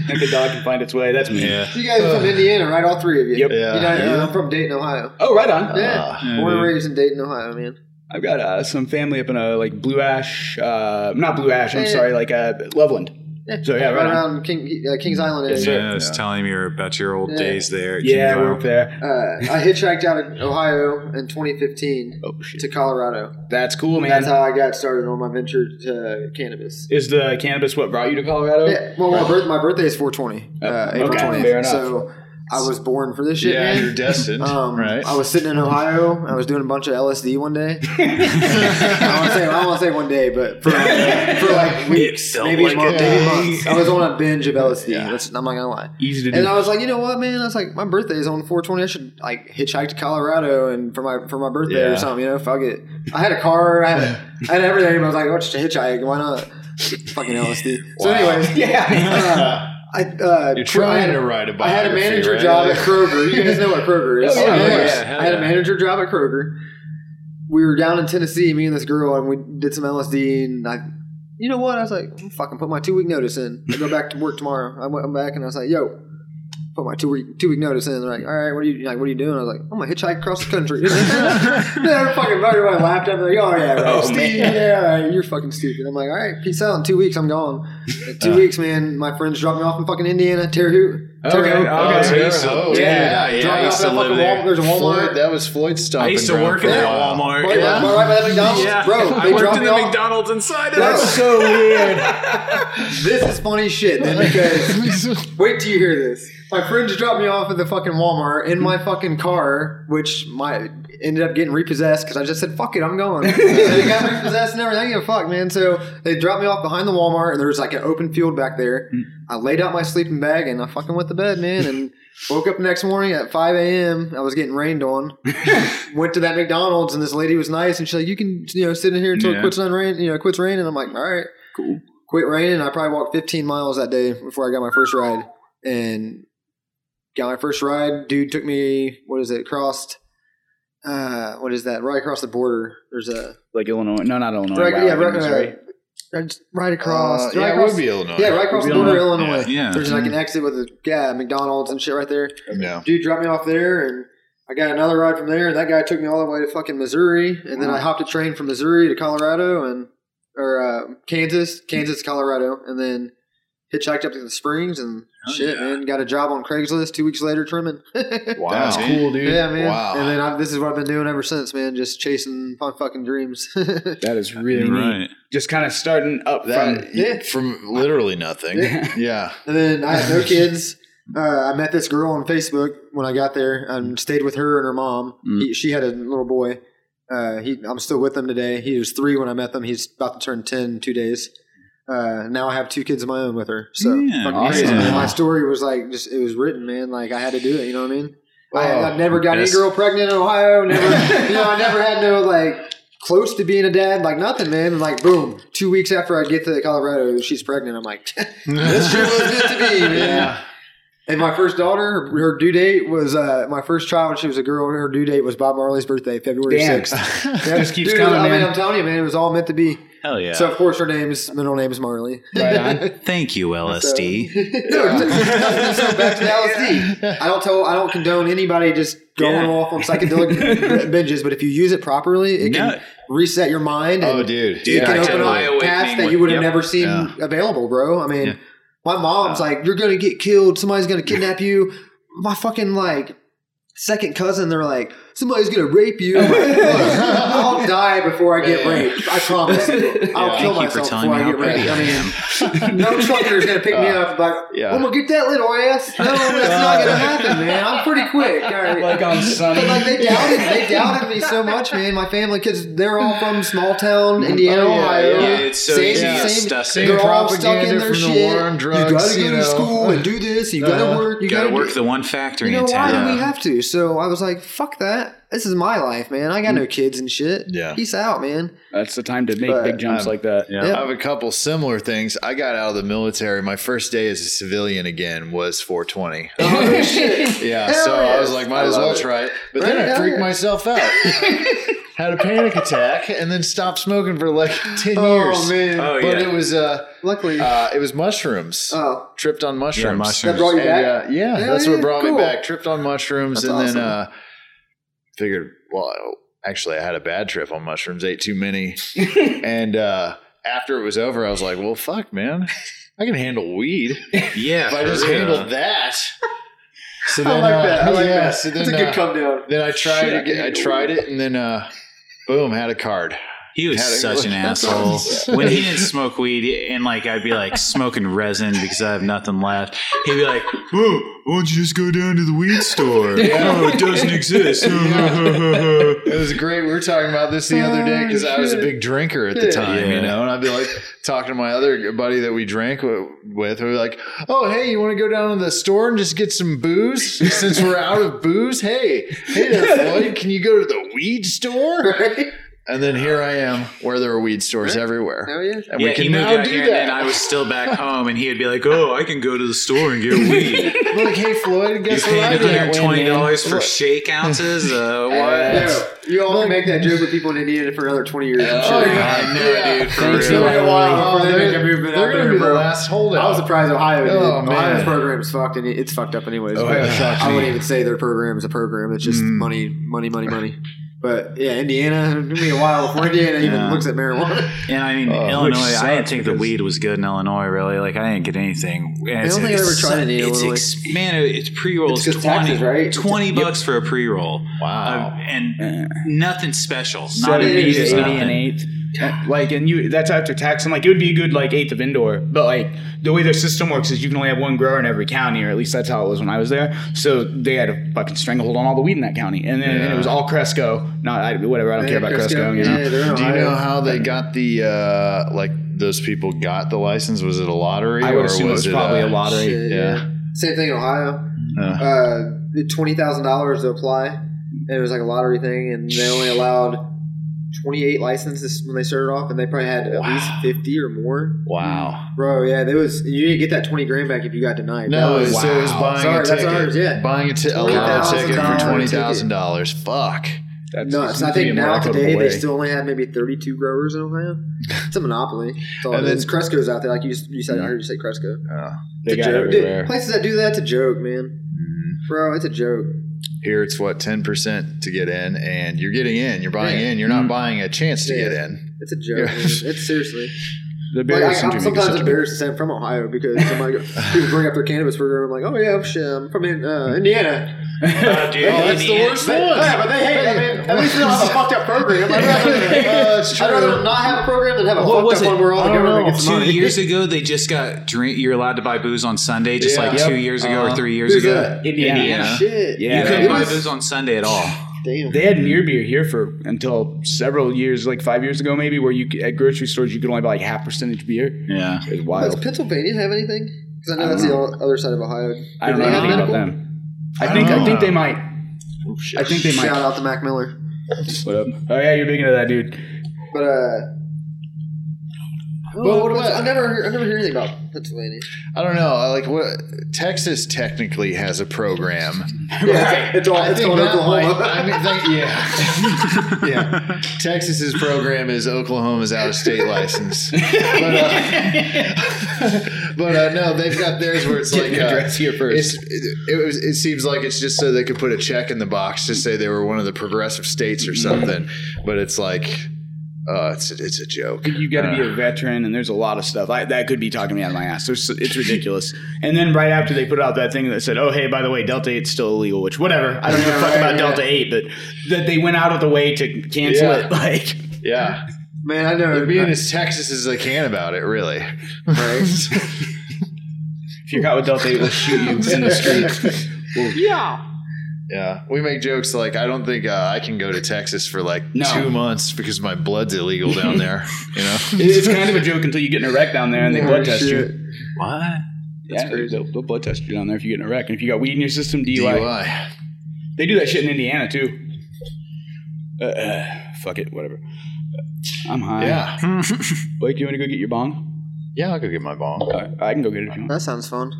Think the dog can find its way. That's me.
yeah.
You guys are from Indiana, right? All three of you.
Uh, Yep.
Yeah.
You know, I'm from Dayton, Ohio.
Oh, right on.
Yeah. Born and raised in Dayton, Ohio, man.
I've got uh, some family up in a like Blue Ash, uh, not Blue Ash. I'm
Yeah.
sorry, like uh, Loveland. So yeah,
right
right on.
around King, uh, Kings Island. area.
Yeah, I was telling you about your old
Yeah.
days there. at
Yeah,
Kingdom.
we're up there.
Uh, I hitchhiked out of Ohio in 2015
Oh shit,
to Colorado.
that's cool, man.
That's how I got started on my venture to cannabis.
Is the cannabis what brought you to Colorado?
Yeah, well, my, birth, my birthday is 420, uh,
Oh,
April
okay,
20th.
fair enough.
So I was born for this shit.
yeah,
man.
you're destined,
Um,
right?
I was sitting in Ohio. I was doing a bunch of LSD one day. I want to say I want to say one day, but for like, for like weeks,
felt
maybe a
like
month, maybe
a day.
months. I was on a binge of LSD. That's, I'm not gonna lie.
Easy to do.
And I was like, you know what, man? I was like, my birthday is on 420. I should like hitchhike to Colorado and for my for my birthday or
Yeah.
something. You know, fuck it. I had a car. I had, a, I had everything. I was like, oh, just hitchhike. Why not? Fucking LSD. So, anyways,
yeah.
uh, I uh,
you're
I had
trying
a-
to ride a bike.
I had a manager job at Kroger. You guys know what Kroger is.
Oh, yeah,
Yeah,
yeah,
yeah. I had a manager job at Kroger. We were down in Tennessee, me and this girl, and we did some LSD. And I, you know what? I was like, I'm fucking put my two week notice in. I go back to work tomorrow. I went back and I was like, yo, put my two week two week notice in. They're like, all right, what are you like? What are you doing? I was like, I'm gonna hitchhike across the country. They're fucking everyone laughed at me. Like, oh yeah, right, Steve, yeah, right, you're fucking stupid. I'm like, all right, peace out. In two weeks, I'm gone. In two weeks, man, my friends dropped me off in fucking Indiana, Terre Haute. Terre
Okay.
Haute.
Oh,
Okay.
so you
Yeah.
still-
Yeah.
yeah,
Driving
I used
off that
to live
fucking
there.
Wal- There's a Walmart.
Floyd, that was Floyd's stop.
I used to work
in
at that Walmart.
Right,
yeah.
right, right by that McDonald's,
Yeah.
bro.
I
They
worked
dropped
in
me
the
off.
McDonald's inside of
Bro,
it.
so weird.
This is funny shit, man. Because
uh,
wait till you hear this. My friend just dropped me off at the fucking Walmart in my fucking car, which my ended up getting repossessed because I just said fuck it, I'm going. and it got repossessed and everything. I don't give a fuck, man. So they dropped me off behind the Walmart, and there was like an open field back there. I laid out my sleeping bag and I fucking went to bed, man. And woke up next morning at 5 a.m. I was getting rained on. went to that McDonald's and this lady was nice and she's like, "You can you know sit in here until it
Yeah.
quits on rain, you know, quits raining." I'm like, "All right,
Cool.
Quit raining. I probably walked 15 miles that day before I got my first ride and got my first ride. Dude took me. What is it? Crossed. Uh, what is that? Right across the border. There's a
Like Illinois? No, not
Oh,
Illinois.
right,
Wow,
yeah, right,
Missouri.
uh, right, right across. right
Uh, yeah, it
across
would be Illinois.
yeah, right across the
Would be
border, Illinois.
Yeah.
There's like
Mm-hmm.
an exit with a yeah, McDonald's and shit right there.
Yeah.
Dude dropped me off there, and I got another ride from there. And that guy took me all the way to fucking Missouri, and then I
Mm.
hopped a train from Missouri to Colorado and or uh, Kansas, Kansas, to Colorado, and then hitchhiked up to the Springs and shit, man. Got a job on Craigslist two weeks later trimming.
Wow.
That's
cool, dude.
yeah, man.
Wow.
And then I, this is what I've been doing ever since, man. Just chasing my fucking dreams.
That is really neat.
Right.
just kind of starting up
That,
from.
Yeah.
From literally nothing.
Yeah.
yeah.
And then I had no kids. Uh, I met this girl on Facebook when I got there and stayed with her and her mom.
Mm.
He, she had a little boy. Uh, he, I'm still with them today. He was three when I met them. He's about to turn 10 in two days. Uh, now I have two kids of my own with her. So
Yeah,
fucking
awesome.
crazy. my story was like, just it was written, man. Like I had to do it. You know what I mean? I,
Oh,
I've never got
yes.
any girl pregnant in Ohio. Never, you know, I never had no like close to being a dad. Like nothing, man. And, like boom, two weeks after I get to Colorado, she's pregnant. I'm like, this shit was meant to be, man. And my first daughter, her, her due date was uh, my first child. She was a girl. and Her due date was Bob Marley's birthday, February
Damn.
sixth. Yeah,
Just keeps
dude,
coming,
I mean,
man.
I'm telling you, man, it was all meant to be.
Hell yeah.
So of course, her name is middle name is Marley.
Right on.
Thank you, LSD.
No, no, no, so back to the LSD. I don't tell, I don't condone anybody just going
Yeah.
off on psychedelic binges, but if you use it properly, it
No.
can reset your mind. And
Oh, dude.
It
yeah.
can
I
open
tell my
up
awakening
paths that
was-
you would have
yep.
never seen
Yeah.
available, bro. I mean,
Yeah.
my mom's like, "You're gonna get killed. Somebody's gonna kidnap you." My fucking like second cousin, they're like, "Somebody's gonna rape you." I'm like, "Look, I'll die before I get raped. I promise. I'll kill
Thank you for
myself
telling
before I
me how
get raped.
pretty
I
I
mean. No trucker's gonna pick me up. Like,
yeah.
I'm gonna get that little ass. No, that's not gonna happen, man. I'm pretty quick. All right.
Like on
but
Sunny.
like they doubted, they doubted me so much, man. My family, kids, they're all from small town Indiana,
Oh, yeah,
Ohio.
yeah.
It's so
same,
easy to
same,
stuff
they're
it.
all stuck
Propaganda
in their
from the
shit.
war on drugs,
you gotta go
you
to
know.
school and do this. You gotta
Uh-huh.
work. You
Got to work
do-
the one factory
You know
in
why
town.
do we have to? So I was like, fuck that. This is my life, man. I
Mm.
got no kids and shit.
Yeah.
Peace out, man.
That's the time to make
But,
big jumps
um,
like that.
Yeah.
I have a couple similar things. I got out of the military. My first day as a civilian again was 420.
Oh, shit.
Yeah,
Hell
so I
yes.
was like, might
I
as
love
well
it.
try it. But
Right,
then I
hell
freaked
yeah.
myself out. Had a panic attack and then stopped smoking for like 10
Oh,
years.
man.
Oh,
But
yeah.
it was uh,
Luckily.
uh, it was mushrooms.
oh.
Tripped on mushrooms.
Yeah,
That
mushrooms.
brought you
And,
back?
uh, yeah,
Yeah,
that's
yeah,
what brought
cool.
me back. Tripped on mushrooms
That's
and
awesome.
then uh, figured, well, I- actually, I had a bad trip on mushrooms, ate too many. and uh, after it was over, I was like, well, fuck, man. I can handle weed.
Yeah.
If I just
for real.
handled that. So
I like
uh,
that. I like
yeah,
that.
so
It's a
then,
good
uh,
come down.
then I tried
Shit, I
it. again- I tried it, and then uh, boom, had a card.
He was
Had it-
such an
That's
asshole.
awesome.
when he didn't smoke weed, and like I'd be like smoking resin because I have nothing left. He'd be like, "Whoa, why don't you just go down to the weed store? Oh, it doesn't exist."
It was great. We were talking about this the other day because I was a big drinker at the time,
Yeah.
you know. And I'd be like talking to my other buddy that we drank wi- with. We'd be like, "Oh, hey, you want to go down to the store and just get some booze? Since we're out of booze, hey, hey there, Floyd, can you go to the weed store?" And then here I am, where there are weed stores
Hell
everywhere,
yeah.
and
yeah,
we
he
can
moved
now
out
do
here,
that.
and then I was still back home, and he would be like, "Oh, I can go to the store and get weed."
like, hey, Floyd,
You
guess what?
paying
I
one
did
hundred twenty dollars
win,
for
man.
shake ounces? Uh, what?
Yeah.
Yeah, you all can make that joke with people in Indiana for another 20 years. I'm
Oh,
sure.
yeah.
I know, dude. For
It's
real.
gonna be a while
Oh,
before they
they're-
make a movement
they're
out
gonna
there,
be the
bro.
last holdout.
I was surprised Ohio did.
Oh, man. Oh,
Ohio's program's fucked and it- it's fucked up anyways. but
yeah.
I wouldn't even say their program's a program. It's just
Mm.
money, money, money, money. But yeah, Indiana, it'll be a while before Indiana even
Yeah.
looks at marijuana.
Yeah, I mean
Oh, which
Illinois. I didn't
sucks
think the
because-
weed was good in Illinois. Really, like I didn't get anything. And it's-
don't think I
it's
ever tried
so-
any in
it's
Illinois.
ex- man, it- it's pre rolls.
It's 'cause taxes, right?
Twenty bucks for a pre roll.
Wow.
and
Yeah.
nothing special. Not
Seven
a
eighths,
music.
eighty
nothing.
and eighth. Like and you that's after tax and like it would be a good like eighth of indoor. But like the way their system works is you can only have one grower in every county, or at least that's how it was when I was there. So they had a fucking stranglehold on all the weed in that county. And then and it was all Cresco. Not I, whatever, I don't care about Cresco, you know.
Yeah, they're in
Do you
Ohio.
know how they got the uh like those people got the license? Was it a lottery?
I would assume it was probably
uh,
a lottery.
Shit,
Yeah.
Same thing in Ohio.
Uh,
uh, twenty thousand dollars to apply, and it was like a lottery thing, and they only allowed twenty eight licenses when they started off, and they probably had at least fifty or more.
wow.
Bro, yeah, there was you didn't get that twenty grand back if you got denied.
No,
that
it was,
was,
so it was buying
Sorry,
a
that's
ticket.
ours, yeah.
Buying a, ti- a lotto ticket for
$20,000
twenty thousand dollars. Fuck.
That's
nuts. I think now today they still only have maybe thirty two growers in Ohio. It's a monopoly. It's all
And
and
then-
then Cresco's out there, like you, you said. I heard you say Cresco.
they
It's a
got
joke.
everywhere.
Dude, places that do that's a joke, man. Bro, it's a joke.
Here it's what ten percent to get in, and you're getting in. You're buying in. You're not buying a chance to
Yeah.
get in.
It's a joke.
Yeah.
man. It's seriously.
The
Like,
barriers
I,
in
I'm
Jamaica is
sometimes
such a big-
embarrassed to say I'm from Ohio because I'm like, people bring up their cannabis burger. I'm like, oh yeah, I'm, sh- I'm from in, uh, Indiana.
Oh, dude,
that's the worst
But, yeah, but they hate. I mean, at least they don't have a fucked up program. I'd rather,
That's
I'd rather not have a program than have a
What was
fucked up
it?
one where all the
I don't
government
know.
gets the
Two
money.
years ago, they just got drink. You're allowed to buy booze on Sunday, just
Yeah.
like
Yep.
two years ago or
Uh-huh.
three years
Who's
ago.
that?
Indiana.
Indiana.
Shit.
Yeah.
You
It
couldn't buy
was-
booze on Sunday at all.
Damn.
They had near beer here for until several years, like five years ago, maybe, where you could, at grocery stores you could only buy like half percentage beer.
Yeah.
It was
Does
wild.
Pennsylvania have anything? Because I know
I
that's
don't
the o- other side of Ohio.
I don't
Do
know
they have
anything about
medical? Oh,
them. I,
I
think
don't
I think
know.
they might. I think they might.
Shout out to Mac Miller.
What up? Oh yeah, you're big into that, dude.
But uh,
Oh,
well,
Well,
what
what-
about, I never, heard- I never hear anything about Pennsylvania.
I don't know. I like what Texas technically has a program.
It's all,
I
it's
think
all
that might,
Oklahoma.
I mean, that- yeah, yeah. Texas's program is Oklahoma's out of state license, but, uh, but uh, no, they've got theirs where it's like
Get your
uh,
address here first.
it's, it, it was. It seems like it's just so they could put a check in the box to say they were one of the progressive states or something, but it's like, uh, it's it's a joke.
You got to be a veteran, and there's a lot of stuff I, that could be talking me out of my ass. There's, it's ridiculous. And then right after they put out that thing that said, "Oh, hey, by the way, Delta Eight's still illegal," which whatever, I don't give a fuck about Delta Eight, but that they went out of the way to cancel
Yeah.
it. Like,
Yeah,
Man, I know.
they're being as Texas as they can about it, really.
if you're caught with Delta Eight, we'll shoot you in the street.
Yeah, we make jokes like I don't think uh, I can go to Texas for like
No.
two months because my blood's illegal down there. You know,
It's kind of a joke until you get in a wreck down there and they blood test you.
What?
Yeah, they'll, they'll blood test you down there if you get in a wreck. And if you got weed in your system, DUI.
DUI.
They do that shit in Indiana too. Uh, uh, fuck it, whatever. I'm high.
Yeah,
Blake, you want to go get your bong?
yeah, I'll go get my bong.
All right, I can go get it if you want.
That sounds fun.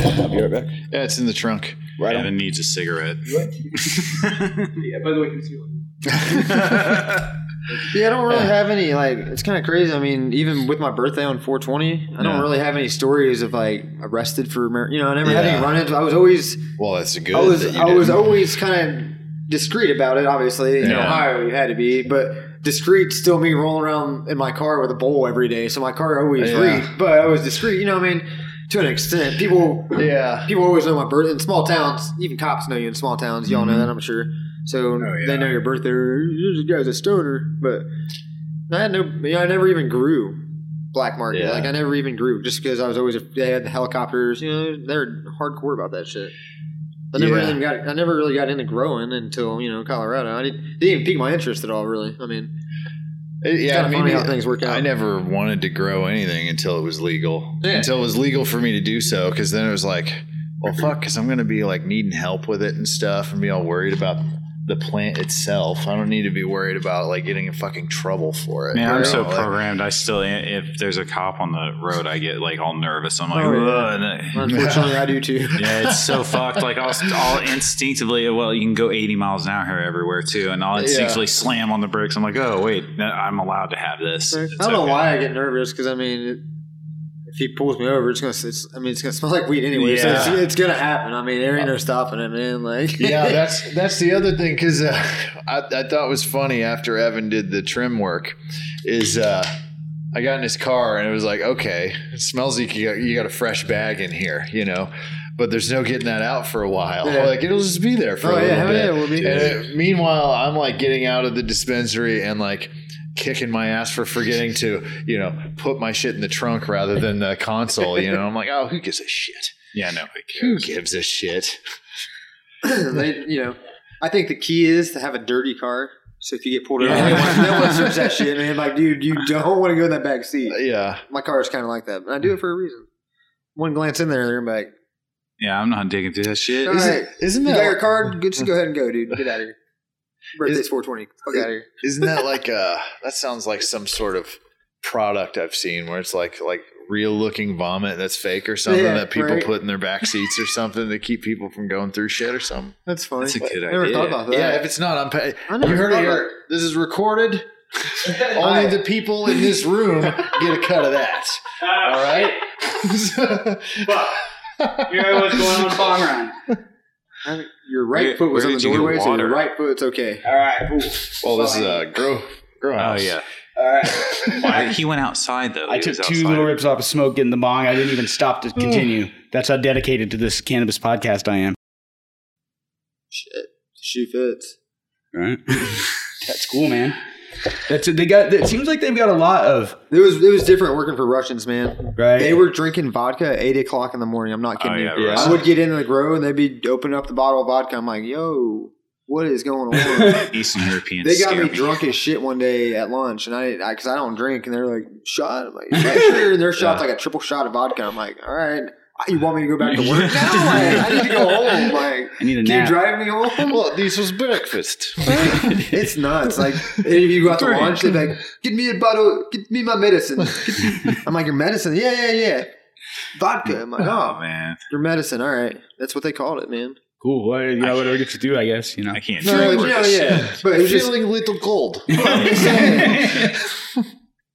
I'll be right back.
Yeah, it's in the trunk.
Right on.
Evan needs a cigarette.
Yeah, by the way, concealer.
Yeah, I don't really have any. Like, it's kind of crazy. I mean, even with my birthday on 420, I don't
Yeah.
really have any stories of like arrested for. mar- You know, I never had any
Yeah.
run-ins. I was always,
Well, that's a good.
I was,
that you
I was
didn't.
always kind of discreet about it. Obviously, in
Yeah.
Ohio, you had to be, but discreet still me rolling around in my car with a bowl every day. So my car always
Yeah.
reeked, but I was discreet. You know, what I mean, to an extent, people
Yeah,
people always know my birth in small towns. Even cops know you in small towns. Y'all
Mm-hmm.
know that, I'm sure. So
Oh,
they know your birthday. This guy's a stoner, but I had no. You know, I never even grew black market.
Yeah.
Like I never even grew just because I was always. They had the helicopters. You know, they're hardcore about that shit. I never
Yeah.
even got. I never really got into growing until you know Colorado. I didn't, didn't even pique my interest at all. Really, I mean,
It-
it's
yeah. I
kind of
mean,
funny how things work out.
I never wanted to grow anything until it was legal. Until it was legal for me to do so, because then it was like, well, fuck, because I'm going to be like needing help with it and stuff, and be all worried about the plant itself. I don't need to be worried about like getting in fucking trouble for it.
Man,
You
I'm so
know, like-
programmed. I still, if there's a cop on the road, I get like all nervous. I'm like,
Oh, yeah.
"Ugh," and I-
Unfortunately, I do too.
yeah, it's so fucked. Like I'll, I'll instinctively, well, you can go 80 miles an hour here everywhere too, and I'll instinctively slam on the brakes. I'm like, oh wait, no, I'm allowed to have this.
I
It's
don't know
okay.
why I get nervous because I mean, it, if he pulls me over, it's gonna. It's, I mean, it's gonna smell like weed anyway, so it's,
Yeah.
it's gonna happen. I mean, there ain't no stopping it, man. Like,
Uh, yeah, that's that's the other thing because uh, I, I thought was funny after Evan did the trim work is uh, I got in his car and it was like, okay, it smells like you got, you got a fresh bag in here, you know, but there's no getting that out for a while.
Yeah.
Like it'll just be there for
oh
a
yeah,
little
hell
bit.
yeah, we'll be.
And it- meanwhile, I'm like getting out of the dispensary and like kicking my ass for forgetting to, you know, put my shit in the trunk rather than the console. You know, I'm like, oh, who gives a shit?
Yeah, no. like,
Who gives a shit?
they, you know, I think the key is to have a dirty car. So if you get pulled over, they want- they want to search that shit, man. Like, dude, you don't want to go in that back seat.
Yeah.
My car is kind of like that, and I do it for a reason. One glance in there, they're back.
Yeah, I'm not digging through that shit.
All right,
Isn't
you
that
got your card. Good, just go ahead and go, dude. Get out of here. Birthday's four twenty. Fuck out of here.
Isn't that like uh that sounds like some sort of product I've seen where it's like like real looking vomit that's fake or something
Yeah,
that people
right.
put in their back seats or something to keep people from going through shit or something.
That's funny.
That's a good
Never
idea.
thought about that.
Yeah, if it's not on pa-
I never
you heard it
thought
here. This is recorded. Only the people in this room get a cut of that. All right.
Here was going on bong run.
I- Your right
Where-
foot was
where
on the
did you get
doorway, so your
water?
right foot's okay.
All right, cool.
well, this is uh, grow grow
Oh
house.
yeah,
All right.
Why? He went outside though.
I
He
took
was
two
outside.
little rips off of smoke getting the bong. I didn't even stop to continue. That's how dedicated to this cannabis podcast I am.
Shit. Shoe fits.
Right. That's cool, man. That's it. They got. It seems like they've got a lot of
It was it was different working for Russians, man.
right.
They were drinking vodka at eight o'clock in the morning. I'm not
Oh,
kidding you.
yeah,
Yeah.
right.
I would get into the grow and they'd be opening up the bottle of vodka. I'm like, yo, what is going on?
Eastern Europeans.
they got
scare
me drunk as shit one day at lunch, and I because I, don't drink, and they're like, shot. I'm like, yeah, sure. And their shot's like a triple shot of vodka. I'm like, all right. Ah, You want me to go back to work now? Like, I need to go home. Like,
I need a
can you
nap.
drive me home?
Well, this was breakfast.
It's nuts. Like if you go out to lunch, they're like, "Get me a bottle. Get me my medicine." I'm like, "Your medicine? Yeah, yeah, yeah. Vodka." I'm like,
Oh
"Oh,
man,
your medicine. All right, that's what they called it, man."
cool. What, you know, whatever gets to do, I guess. You know.
I can't.
No,
drink
yeah,
worth this
yeah. But it was just
Feeling a little cold.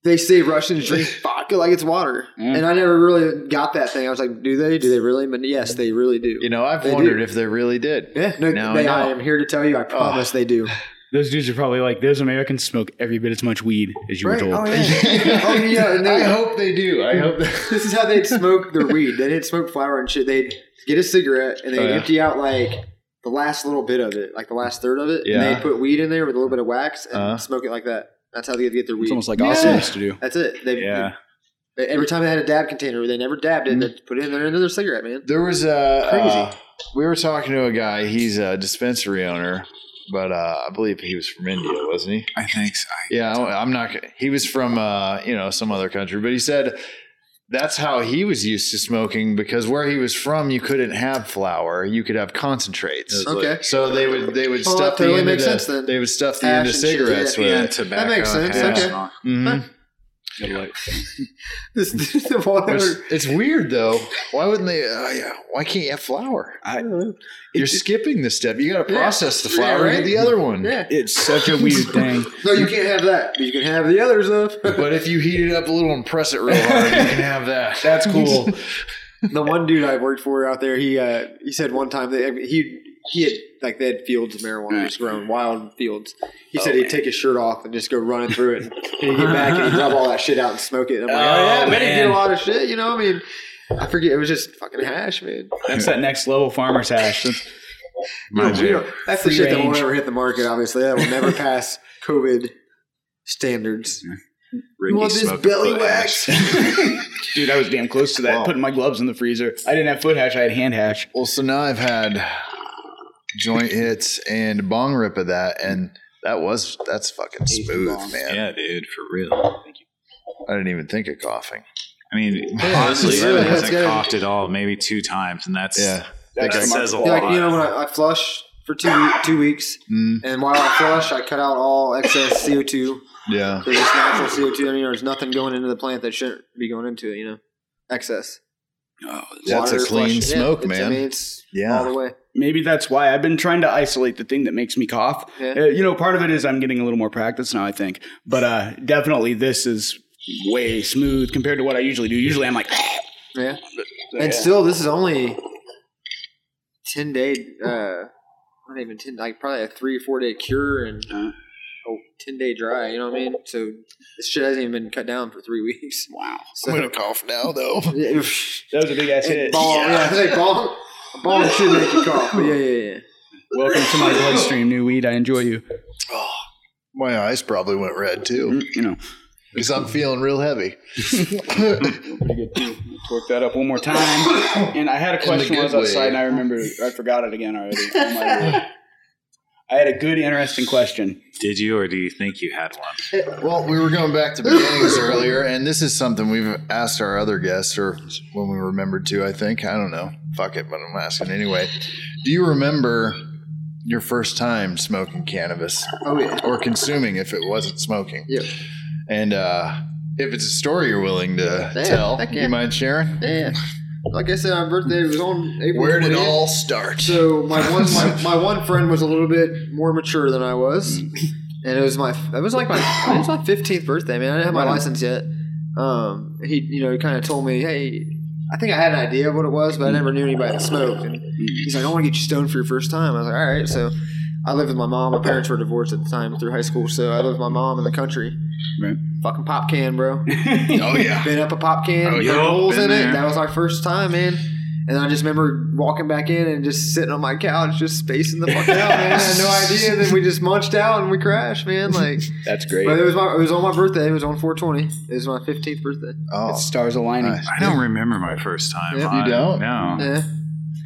they say Russians drink vodka like it's water,
Mm.
and I never really got that thing. I was like, "Do they? Do they really?" But yes, they really do.
You know, I've
They do.
wondered if they really did.
yeah, no,
Now
they,
I
I,
know.
am here to tell you, I promise they do.
Those dudes are probably like those Americans smoke every bit as much weed as you
Right?
were told.
Oh yeah. oh yeah. And they,
I hope they do. I hope. They-
this is how they'd smoke their weed. They didn't smoke flower and shit. They'd get a cigarette and they'd
Oh, yeah.
empty out like the last little bit of it, like the last third of it.
Yeah.
And they'd put weed in there with a little bit of wax and
Uh-huh.
smoke it like that. That's how they'd get their weed.
It's almost like Austin
Yeah.
used to do.
That's it. They,
Yeah.
they- every time they had a dab container, they never dabbed it.
Mm.
They'd put it in there another cigarette, man.
There was a
Crazy.
uh, we were talking to a guy. He's a dispensary owner, but uh, I believe he was from India, wasn't he?
I think so. I-
Yeah, I- I'm not. He was from uh, you know some other country, but he said that's how he was used to smoking because where he was from, you couldn't have flour. You could have concentrates.
It was
Okay.
like
So they would they would
Well,
stuff
that totally
the end of
makes
the-
sense then.
they would stuff the
Ash
end of
and shit,
cigarettes
yeah.
with.
yeah,
it.
tobacco.
makes sense,
hash
okay.
and all.
Mhm.
This, this, the one
Which-
where-
it's weird though. Why wouldn't they? Uh, yeah, why can't you have flour? You're skipping this step. You got to
Yeah.
process the
Yeah,
flour and
right?
get the other one.
yeah.
It's such a weird thing.
No, you can't have that. But you can have the other stuff.
But if you heat it up a little and press it real hard, you can have that.
That's cool.
the one dude I worked for out there, he uh, he said one time that he he had like they had fields of marijuana just grown wild fields. He said he'd take his shirt off and just go running through it, and he'd get back and he'd rub all that shit out and smoke it. And I'm like, oh, yeah, man, he did a lot of shit. You know, I mean, I forget it was just fucking hash, man.
That's that next level farmer's hash. That's-
You know, we don't- that's the
Free
shit that will
range.
never hit the market. Obviously, that will never pass COVID standards.
Ricky
want this
smoking
belly
foot
wax?
hash.
Dude, I was damn close to that.
Wow.
Putting my gloves in the freezer. I didn't have foot hash. I had hand hash.
Well, so now I've had joint hits and bong rip of that, and that was that's fucking smooth, man.
yeah, dude, for real.
I didn't even think of coughing.
I mean, honestly,
that's-
Evan
that's
hasn't
good.
coughed at all, maybe two times, and that's
Yeah,
that
That's
says a
Yeah,
lot.
like you know, when I, I flush for two week, two weeks,
Mm.
and while I flush, I cut out all excess CO two.
yeah.
There's just natural CO2 in here. There's nothing going into the plant that shouldn't be going into it, you know? Excess.
That's a clean
flush. Yeah,
smoke,
it's- I
man.
mean, it's all
yeah,
the way.
Maybe that's why I've been trying to isolate the thing that makes me cough.
Yeah.
Uh, you know, part of it is I'm getting a little more practice now, I think. But uh, definitely, this is way smooth compared to what I usually do. Usually, I'm like, uh,
Yeah. and still, this is only 10 day, uh, not even 10, like probably a three or four day cure and
Uh-huh.
Uh.
oh, 10 day dry, you know what I mean? So this shit hasn't even been cut down for three weeks.
wow,
I'm
So,
gonna cough now though.
yeah,
that was a big ass
and
hit.
ball, yeah, hey, ball, ball should make you cough. But yeah, yeah, yeah.
Welcome to my bloodstream, new weed. I enjoy you.
My eyes probably went red too
Mm, You know,
because I'm feeling real heavy.
pretty good too. Torque that up one more time. And I had a question
good
when I was outside,
way.
and I remember I forgot it again already. I'm like, I had a good, interesting question.
Did you, or do you think you had one?
Well, we were going back to beginnings earlier, and this is something we've asked our other guests, or when we remembered to, I think. I don't know. Fuck it, but I'm asking anyway. Do you remember your first time smoking cannabis
Oh, yeah.
or consuming if it wasn't smoking?
Yeah.
And uh, if it's a story you're willing to
Yeah,
tell,
heck yeah.
you mind sharing?
Yeah. Like I said, my birthday was on April.
Where did it
28th.
all start?
So my one my, my one friend was a little bit more mature than I was, and it was my it was like my it was my fifteenth birthday. Man, I didn't have my license yet. Um, he you know kind of told me, hey, I think I had an idea of what it was, but I never knew anybody that smoked. And he's like, I want to get you stoned for your first time. I was like, all right. So I lived with my mom. My parents were divorced at the time through high school, so I lived with my mom in the country.
Right.
Fucking pop can, bro.
Oh yeah.
Been up a pop can,
Oh,
put
yeah.
holes
Been
in it.
there.
That was our first time, man. And I just remember walking back in and just sitting on my couch, just spacing the fuck out, man. I had no idea. And then we just munched out and we crashed, man. Like,
That's
but
great.
it was my, it was on my birthday. It was on 420. It was my 15th birthday.
Oh,
Stars aligning.
nice.
I don't remember my first time.
Yeah,
you
I-
don't?
No.
Yeah.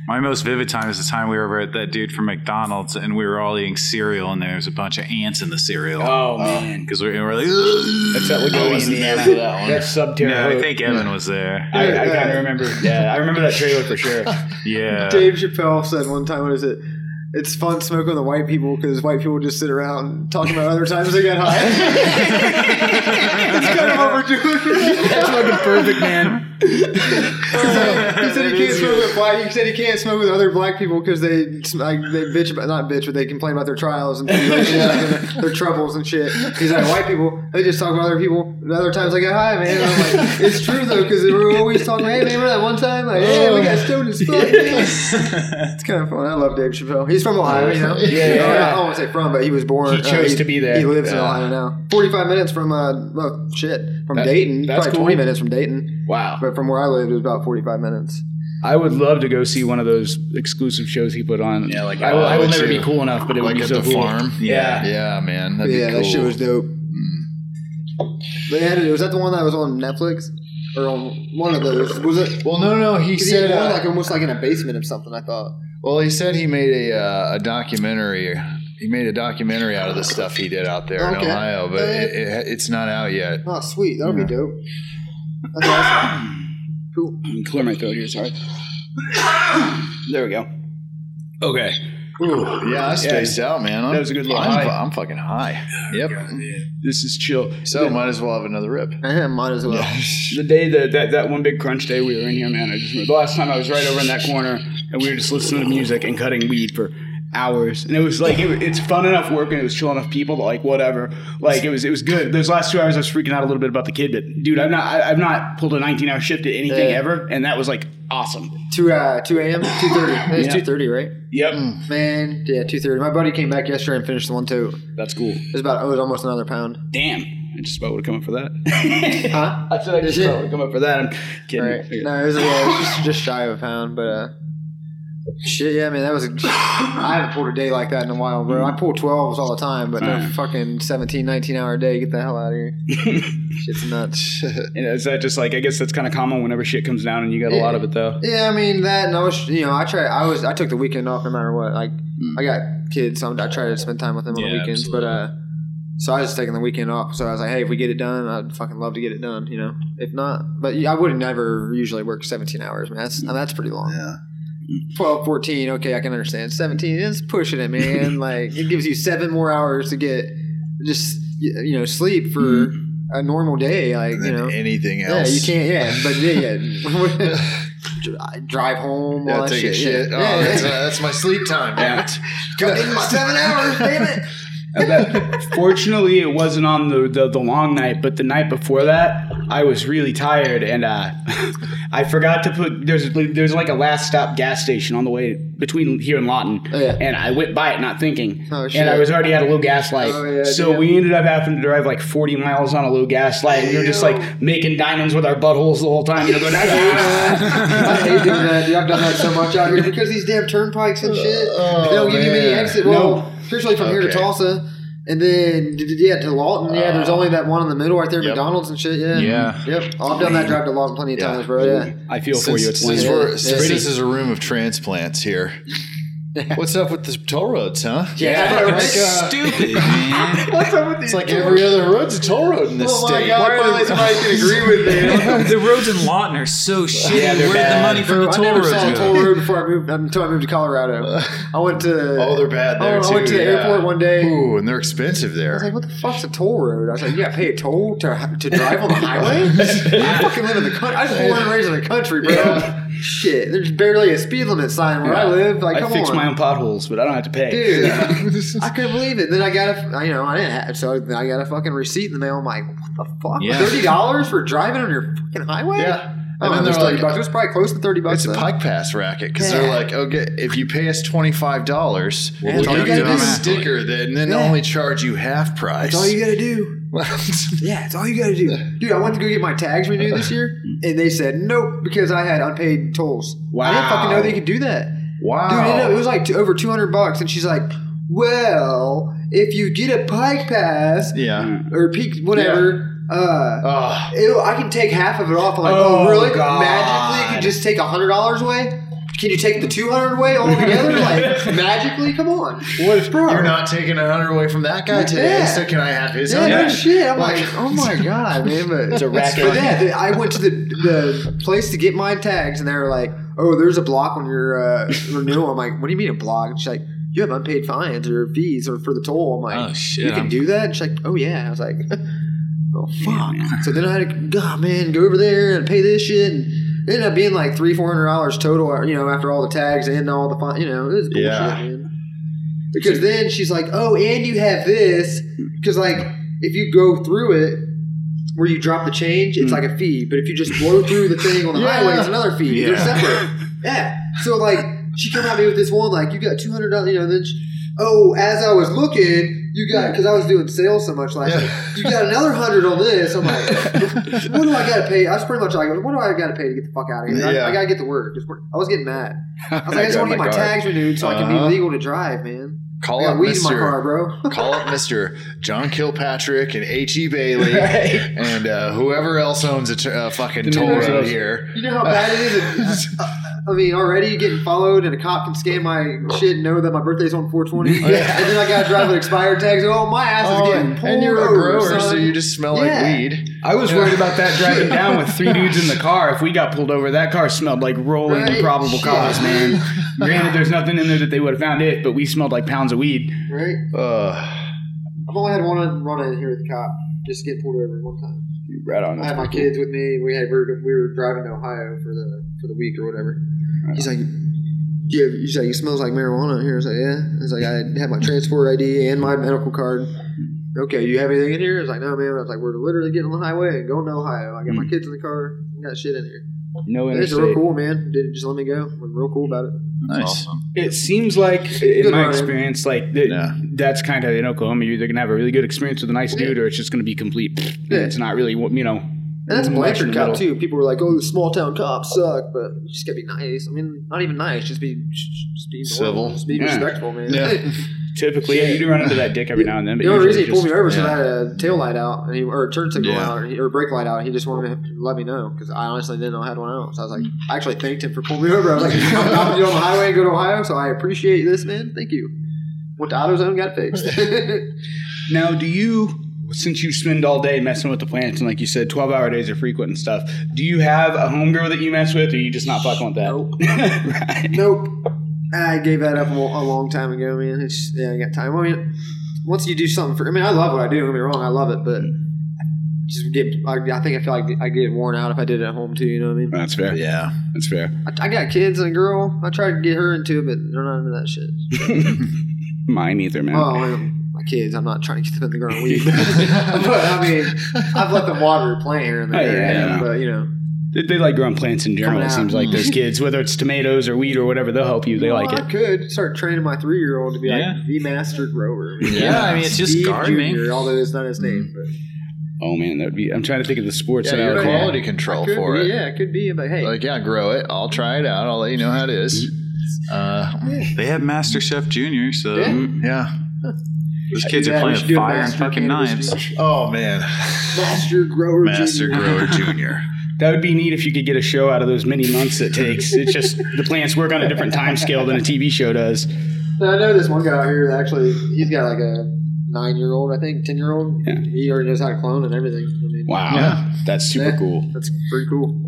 My most vivid time is the time we were at that dude from McDonald's and we were all eating cereal and there was a bunch of ants in the cereal.
Oh
Uh,
man,
Because we we were like, "Ugh."
That's that Laguna,
I wasn't there
Indiana.
for Oh, that one.
That's sub tier.
no, I
hope.
think Evan was there.
I, I kind of remember. Yeah, I remember that trailer for sure.
Yeah.
Dave Chappelle said one time, what is it? It's fun smoking with the white people because white people just sit around talking about other times they got high. it's kind of overdoing it.
That's fucking perfect, man.
he said he can't smoke with black. He said he can't smoke with other black people because they like they bitch about not bitch, but they complain about their trials and tribulations and their, their troubles and shit. He's like white people. They just talk about other people. And other times I get high, man. And I'm like, it's true though because they were always talking. Hey, man, remember that one time? Like, hey, we got stoned as
Oh.
fuck. Man. It's kind of fun. I love Dave Chappelle. He's from Ohio, you know.
Yeah, yeah.
I don't- I don't want to say from, but he was born. uh,
He chose to be there.
He lives in
Yeah.
Ohio now. Forty-five minutes from uh, well, shit, from
That-
Dayton.
that's
Probably
cool.
twenty minutes from Dayton,
Wow.
but from where I lived, it was about forty-five minutes.
I would love to go see one of those exclusive shows he put on.
Yeah, like-
I will, I will
Would
never
you?
be cool enough, but it
Like
would be
at
so
the
cool.
farm.
Yeah.
Yeah, man. That'd
yeah,
be cool.
that shit was dope. They had it. Was that the one that was on Netflix or on one of those? Was it?
Well, no, no. He
He
said.
said
uh,
like almost like in a basement of something. I thought.
well, he said he made a uh, a documentary. He made a documentary out of the stuff he did out there in
Okay.
Ohio, but it, it, it's not out yet.
Oh, sweet. That'll be dope. That's awesome. Cool.
I'm clear my throat here. Sorry. there we go. Okay.
Yeah, I spaced out, man. I'm,
That was a good little
I'm,
high.
fu- I'm fucking high. Yep.
This is chill.
So might as well have another rip.
I might as well.
The day that, that that one big crunch day we were in here, man. I just remember the last time I was right over in that corner, and we were just listening to music and cutting weed for hours. And it was like it, it's fun enough work, and it was chill enough people. But like whatever, like it was it was good. Those last two hours, I was freaking out a little bit about the kid, but dude, I've not I, I've not pulled a 19 hour shift at anything
Yeah.
ever, and that was like awesome.
Two uh, two a.m. Two thirty. It's two thirty, right?
Yep,
Hmm. Man, yeah, two thirty. My buddy came back yesterday and finished the one too.
that's cool.
It was about oh, it was almost another pound.
Damn, I just about would have come up for that.
Huh?
I said I just
Yeah.
about would have come up for that. I'm kidding.
Right. No, it was, yeah, it was just, just shy of a pound, but uh, shit, yeah, man, that was. A, I haven't pulled a day like that in a while, bro. I pull twelves all the time, but no
Right.
fucking 17, 19 hour day. Get the hell out of here. Shit's nuts.
And is that just like I guess that's kind of common whenever shit comes down and you got a lot of it though.
yeah, I mean that, and I was, you know, I try. I was, I took the weekend off no matter what. Like, I got kids, so I'm, I try to spend time with them on the
Yeah,
weekends, but uh. So I was just taking the weekend off. So I was like, "Hey, if we get it done, I'd fucking love to get it done, you know. If not, but yeah, I would never usually work 17 hours, man. That's I mean, that's pretty long.
Yeah.
12, 14, okay, I can understand. 17, it's pushing it, man. like, it gives you seven more hours to get just, y- you know, sleep for a normal day. Like,
And
you
then
know,
Mm-hmm. anything
yeah,
else.
you can't, yeah, but yeah, yeah. Dri- Drive home, all
Yeah,
that
take
shit.
a shit.
Yeah.
Oh,
yeah,
that's,
yeah.
that's my sleep time. man.
Got in my seven hours, damn it.
Fortunately, it wasn't on the, the the long night, but the night before that, I was really tired and uh, I forgot to put there's there's like a last stop gas station on the way between here and Lawton,
Oh, yeah.
and I went by it not thinking,
Oh, shit.
and I was already at a low gas light,
Oh, yeah,
so
damn.
we ended up having to drive like 40 miles on a low gas light. We were just like making diamonds with our buttholes the whole time. You know, going,
I hate doing that, dude. I've done that so much out here because these damn turnpikes and shit.
Oh,
they don't give you many
man.
exit.
No.
Well, especially from here to
Okay.
Tulsa, and then d- d- yeah to Lawton. Yeah, there's only that one in the middle right there, McDonald's and shit. Yeah.
Yeah.
Yep. Oh, I've done that drive to Lawton plenty of times, bro. Yeah.
I feel for
Since,
you. It's
since
lame.
we're,
Yeah.
since
Pretty.
this is a room of transplants here. What's up with the toll roads, huh?
Yeah.
Like, uh,
Stupid, man.
it's like every other road's a toll road in this
Oh my
state.
God, finally somebody can agree with me.
the roads in Lawton are so shitty.
Yeah, they're
Where'd
bad.
the money from
Bro,
the
I
toll
never
roads
saw a
go?
toll road before I moved until I moved to Colorado. I went to
Oh, they're bad there
I
too.
went to the
yeah.
airport one day.
Ooh, and they're expensive
I was
there.
like, what the fuck's a toll road? I was like, you gotta pay a toll to, to drive on the highway? I fucking live in the country. I was born and raised in the country, bro. Shit, there's barely a speed limit sign where I live. Like,
I
come
fix
on.
my own potholes, but I don't have to pay.
Dude, I couldn't believe it. Then I got a, you know, I didn't have, so then I got a fucking receipt in the mail. I'm like, what the fuck?
Yeah.
$30 for driving on your fucking highway?
Yeah.
I
And then
don't know,
they're
it was 30
like,
bucks. It was probably close to 30 bucks.
It's a
though.
Pike Pass racket because
Yeah.
they're like, okay, if you pay us twenty five dollars,
Yeah,
you
that's all
get
you gotta
this
do.
sticker, then then
Yeah.
only charge you half price.
That's all you got to do. Yeah, it's all you got to do. Dude, I went to go get my tags renewed this year, and they said nope because I had unpaid tolls. I didn't fucking know they could do that.
wow,
Dude, it, it was like t- over 200 bucks, and she's like, well, if you get a Pike Pass
yeah.
or Peak, whatever, uh,
Oh,
Ew, I can take half of it off. I'm like, oh, really? Magically, you can just take hundred dollars away? Can you take the two hundred away altogether? like magically? Come on. What is
you're not taking a hundred away from that guy today,
Yeah.
so can I have his?
Yeah,
hundred?
no shit. I'm like,
Like-
oh my god, man. But
It's a racket.
But yeah, the- I went to the the place to get my tags, and they were like, oh, there's a block on your uh, renewal. I'm like, what do you mean a block? And she's like. You have unpaid fines or fees or for the toll. I'm like,
Oh, shit,
you can
I'm-
do that. And she's like, oh yeah. I was like, oh fuck. so then I had to, God man, go over there and pay this shit. And it ended up being like three, four hundred dollars total. You know, after all the tags and all the fine, you know, it was bullshit,
Yeah.
man. Because then she's like, oh, and you have this. Because like, if you go through it. Where you drop the change, it's like a fee. But if you just blow through the thing on the
Mm. Yeah.
highway, it's another fee. They're
Yeah.
separate. Yeah. So like, she came at me with this one, like, you got two hundred dollars, you know. Then, she, oh, as I was looking, you got because I was doing sales so much last
Yeah.
night. You got another hundred on this. I'm like, what do I got to pay? I was pretty much like, what do I got to pay to get the fuck out of here? I-
Yeah.
I, got to get to work. Just work. I was getting mad. I was like, I
I
just
got
want to get
my
my
car.
tags renewed so I can be
Uh-huh.
legal to drive, man. I
Call
got
up
weed in my car,
Mister.
bro.
Call up Mister. John Kilpatrick and H. E. Bailey and uh, whoever else owns a t- uh, fucking toll
neighbors
road
of-
here.
You know how bad it is. If, I mean, already you getting followed, and a cop can scan my shit and know that my birthday's on 420. And then I got to drive with expired tags. Oh, my ass is
Oh,
getting
and,
pulled
and you're a
over,
grower, so
son.
you just smell like
Yeah.
weed.
I was worried about that driving down with three dudes in the car. If we got pulled over, that car smelled like rolling
Right?
probable
Shit.
cause, man. Granted, there's nothing in there that they would have found if, but we smelled like pounds of weed.
Right?
Uh,
I've only had one run in here with the cop. Just get pulled over one time.
Right on.
I had my kids with me. We had we were, we were driving to Ohio for the for the week or whatever. He's like, yeah. He's like, it smells like marijuana out here. I was like, yeah. I was like, I have my transport ID and my medical card. Okay, you have anything in here? I was like, no, man. I was like, we're literally getting on the highway and going to Ohio. I got
Hmm.
my kids in the car. I got shit in here.
No
It's
interstate.
real cool, man. Did just let me go. Was real cool about it.
nice.
It seems like, in
Good
my
run.
experience, like th-
Yeah.
that's kind of in Oklahoma. You're either gonna have a really good experience with a nice dude, or it's just gonna be complete. and
Yeah.
It's not really what you know.
And that's
much in
Blanchard
the
cop
middle.
too. People were like, "Oh, the small town cops suck," but you just gotta be nice. I mean, not even nice. Just be, just be
Civil.
normal. Just be
Yeah.
respectful, man.
Yeah.
Typically, yeah, you do run into that dick every now and then. But
the only
usually
reason he pulled me
just-
over is
yeah.
'cause I had a tail light out, and he, or a turn signal
Yeah.
out, and he- or brake light out. And he just wanted to let me know because I honestly didn't know I had one else. I was like, I actually thanked him for pulling me over. I was like, I'm dropping you on the highway and go to Ohio, so I appreciate this, man. Thank you. Went to AutoZone, got it fixed.
Now, do you, since you spend all day messing with the plants, and like you said, 12 hour days are frequent and stuff, do you have a homegirl that you mess with, or you just not fucking with that? right.
Nope. nope. I gave that up a, lo- a long time ago, man. It's just, yeah, I got time. I mean, once you do something for, I mean, I love what I do. Don't get me wrong, I love it, but just get. I, I think I feel like I get worn out if I did it at home too. You know what I mean?
That's fair.
Yeah.
That's fair.
I, I got kids and a girl. I tried to get her into it, but they're not into that shit.
Mine either, man.
Oh, well, my kids. I'm not trying to get them in the ground weed. but I mean, I've let them water a plant here and
Oh,
there.
yeah.
But you know,
They, they like growing plants in general, it
Coming out.
seems like those kids, whether it's tomatoes or wheat or whatever, they'll help you. They
Well,
like it.
I could start training my three year old to be
Yeah.
like the master grower.
Yeah, I mean, it's just
Steve
gardening.
Jr., although it's not his name. But
Oh, man, that would be. I'm trying to think of the sports
Yeah,
that I
you're
would call.
quality control
could
for
be,
it.
Yeah, it could be. But hey,
Like, yeah, grow it. I'll try it out. I'll let you know how it is. Uh,
They have Master Chef Junior, so
Yeah.
Mm.
yeah.
these kids
yeah,
are
we
playing
should
with
do a
fire and
master
fucking
cannabis
knives.
Jr.
Oh man,
master grower.
Master
Jr.
Grower Junior.
That would be neat if you could get a show out of those many months it takes. It's just the plants work on a different time scale than a TV show does.
So I know this one guy out here. that Actually, he's got like a nine year old, I think, ten year old.
Yeah.
He already knows how to clone and everything. I mean,
Wow. That's super
Yeah.
cool.
that's pretty cool.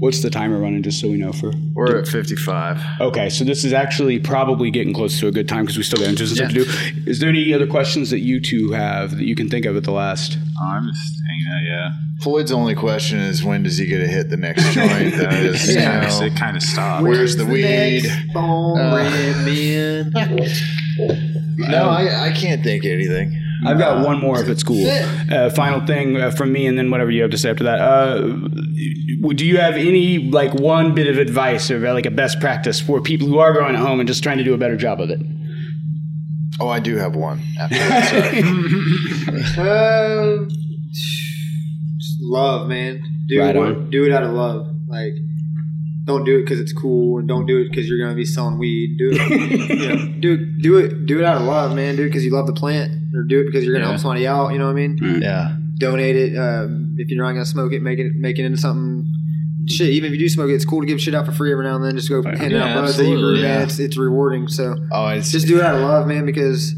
What's the timer running, just so we know for?
We're at fifty-five.
Okay, so this is actually probably getting close to a good time because we still got interesting stuff to do. Is there any other questions that you two have that you can think of at the last?
I'm just hanging out,
Floyd's only question is when does he get to hit the next joint? That is, you
yeah.
know,
It kind of stopped.
where's the weed?
Bone
Uh,
red man.
Um,
No, I, I can't think of anything.
I've got one more if it's cool. Uh, final thing uh, from me, and then whatever you have to say after that. Uh, w- do you have any like one bit of advice or like a best practice for people who are growing at home and just trying to do a better job of it?
Oh, I do have one. After that, sorry.
Um, just love, man. Do
Right
what-
on.
do it out of love. Like, don't do it because it's cool, and don't do it because you're gonna be selling weed. Do it, you know, do do it, do it out of love, man. Do it because you love the plant, or do it because you're gonna help somebody out. You know what I mean?
Yeah.
Donate it. Um, if you're not gonna smoke it, make it make it into something. Shit, even if you do smoke it, it's cool to give shit out for free every now and then. Just go hand
Yeah,
out buds that you grew,
absolutely, yeah.
man. It's, it's rewarding. So
Oh, it's
just do it out of love, man, because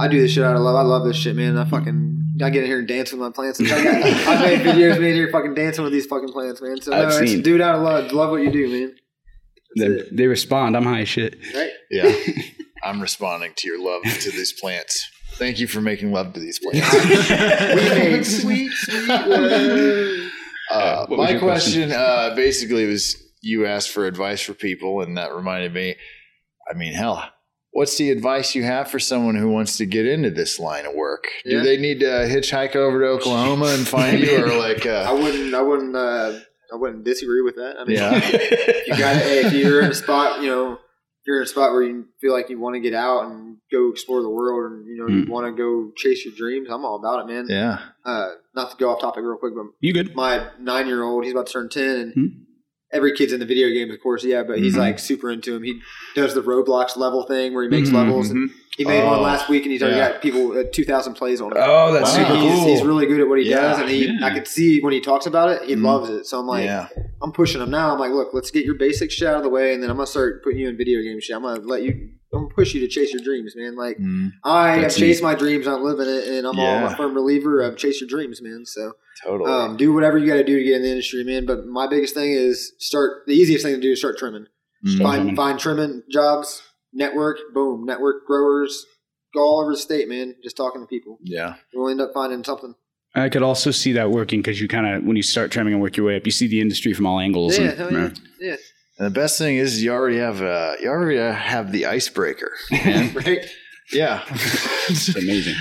I do this shit out of love. I love this shit, man. I fucking I get in here and dance with my plants. I, got, I made videos made here fucking dancing with these fucking plants, man. So no,
I've
it's
seen.
do it out of love. Love what you do, man.
They, they respond. I'm high as shit.
Right?
yeah. I'm responding to your love to these plants. Thank you for making love to these plants.
We made sweet, sweet love.
Uh, my question, uh, basically was you asked for advice for people, and that reminded me. I mean, hell, what's the advice you have for someone who wants to get into this line of work?
Yeah.
Do they need to hitchhike over to Oklahoma and find you, or like,
I
uh,
wouldn't I wouldn't uh I wouldn't disagree with that. I mean
yeah,
you gotta hey, if you're in a spot, you know, if you're in a spot where you feel like you wanna get out and go explore the world and you know, you wanna go chase your dreams, I'm all about it, man.
yeah,
Uh not to go off topic real quick, but
You good?
my nine year old, he's about to turn 10, and
Hmm.
every kid's in the video games, of course, yeah, but he's like super into him. He does the Roblox level thing where he makes levels, and he made one
Oh,
last week, and he's already
yeah.
got people at 2,000 plays on it.
Oh, that's
Wow.
Like,
super
he's,
cool.
he's really good at what he
Yeah, Mm-hmm.
does, and he, I could see when he talks about it, he loves it. So I'm like,
yeah.
I'm pushing him now. I'm like, look, let's get your basic shit out of the way, and then I'm gonna start putting you in video game shit. I'm gonna let you, I'm gonna push you to chase your dreams, man. Like
Mm,
I have
That's
chased my dreams, I'm living it, and I'm, all, I'm
Yeah.
a firm believer of chase your dreams, man. So
totally.
um, do whatever you got to do to get in the industry, man. But my biggest thing is start. The easiest thing to do is start trimming.
Mm.
Find
trimming.
find trimming jobs, network, boom, network growers, go all over the state, man. Just talking to people,
yeah,
you'll end up finding something.
I could also see that working because you kind of when you start trimming and work your way up, you see the industry from all angles.
Yeah,
and-
hell yeah. yeah.
and the best thing is you already have uh, you already have the icebreaker. man.
Right?
yeah,
It's amazing.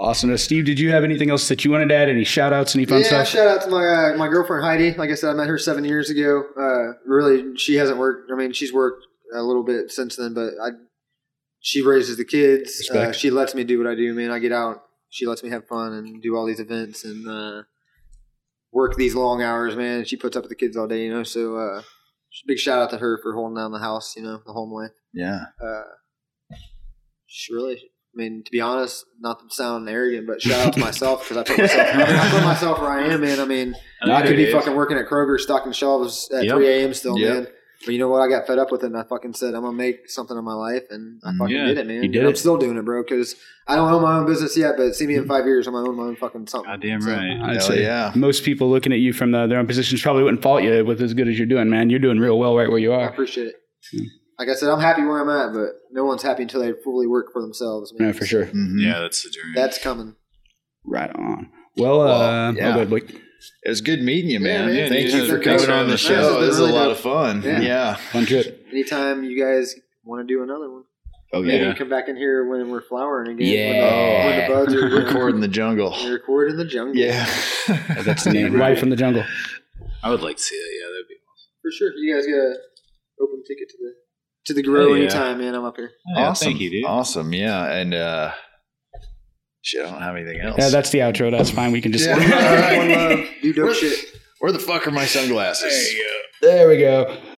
awesome. Now, Steve, did you have anything else that you wanted to add? Any shout outs, any fun
yeah,
stuff?
shout out to my uh, my girlfriend Heidi. Like I said, I met her seven years ago. Uh, really, she hasn't worked. I mean, she's worked a little bit since then, but I she raises the kids. Uh,
Respect.
she lets me do what I do, man. I get out. She lets me have fun and do all these events and uh, work these long hours, man. She puts up with the kids all day, you know. So uh, big shout out to her for holding down the house, you know, the home life.
yeah.
Uh, she really. I mean, to be honest, not to sound arrogant, but shout out to myself because I put myself, I put myself where I am, man. I mean, I could be fucking working at Kroger stocking shelves at
Yep.
3 a.m. still,
Yep.
man. But you know what? I got fed up with it, and I fucking said, "I'm gonna make something of my life," and I fucking
Yeah,
did it, man.
you did
And I'm
it.
still doing it, bro, because I don't own my own business yet. But see me in five years, I'm gonna own my own fucking something.
Goddamn
So,
right.
I'd
Hell
say
yeah.
most people looking at you from the, their own positions probably wouldn't fault you with as good as you're doing, man. You're doing real well right where you
I
are.
appreciate it. Like I said, I'm happy where I'm at, but no one's happy until they fully work for themselves. Man.
No, for sure.
Mhm.
Yeah, that's the dream.
That's coming.
Right on. Well, uh,
Well, yeah.
oh, good, Blake.
It was good meeting you,
Yeah,
man.
man.
Thank
Yeah,
you
yeah,
for
thanks
coming
for
on
having
the
us.
This
show.
has
This is a
been really
lot
dope.
of fun.
Yeah.
Yeah.
fun trip.
Anytime you guys want to do another one,
Oh
maybe
yeah.
come back in here when we're flowering again.
Yeah.
when the, when the buds are
Record in the jungle.
Record in the jungle.
Yeah.
That's the name. Life in the jungle.
I would like to see that. Yeah, that'd be.
for sure. You guys got a open ticket to the to the grow
Hell yeah.
anytime, man. I'm up here.
Yeah,
awesome.
Thank you, dude.
Awesome. Yeah. And uh shit, I don't have anything else.
Yeah, that's the outro. That's fine. We can just.
Yeah. All right.
Do dope shit.
Where the fuck are my sunglasses?
you go.
There we go.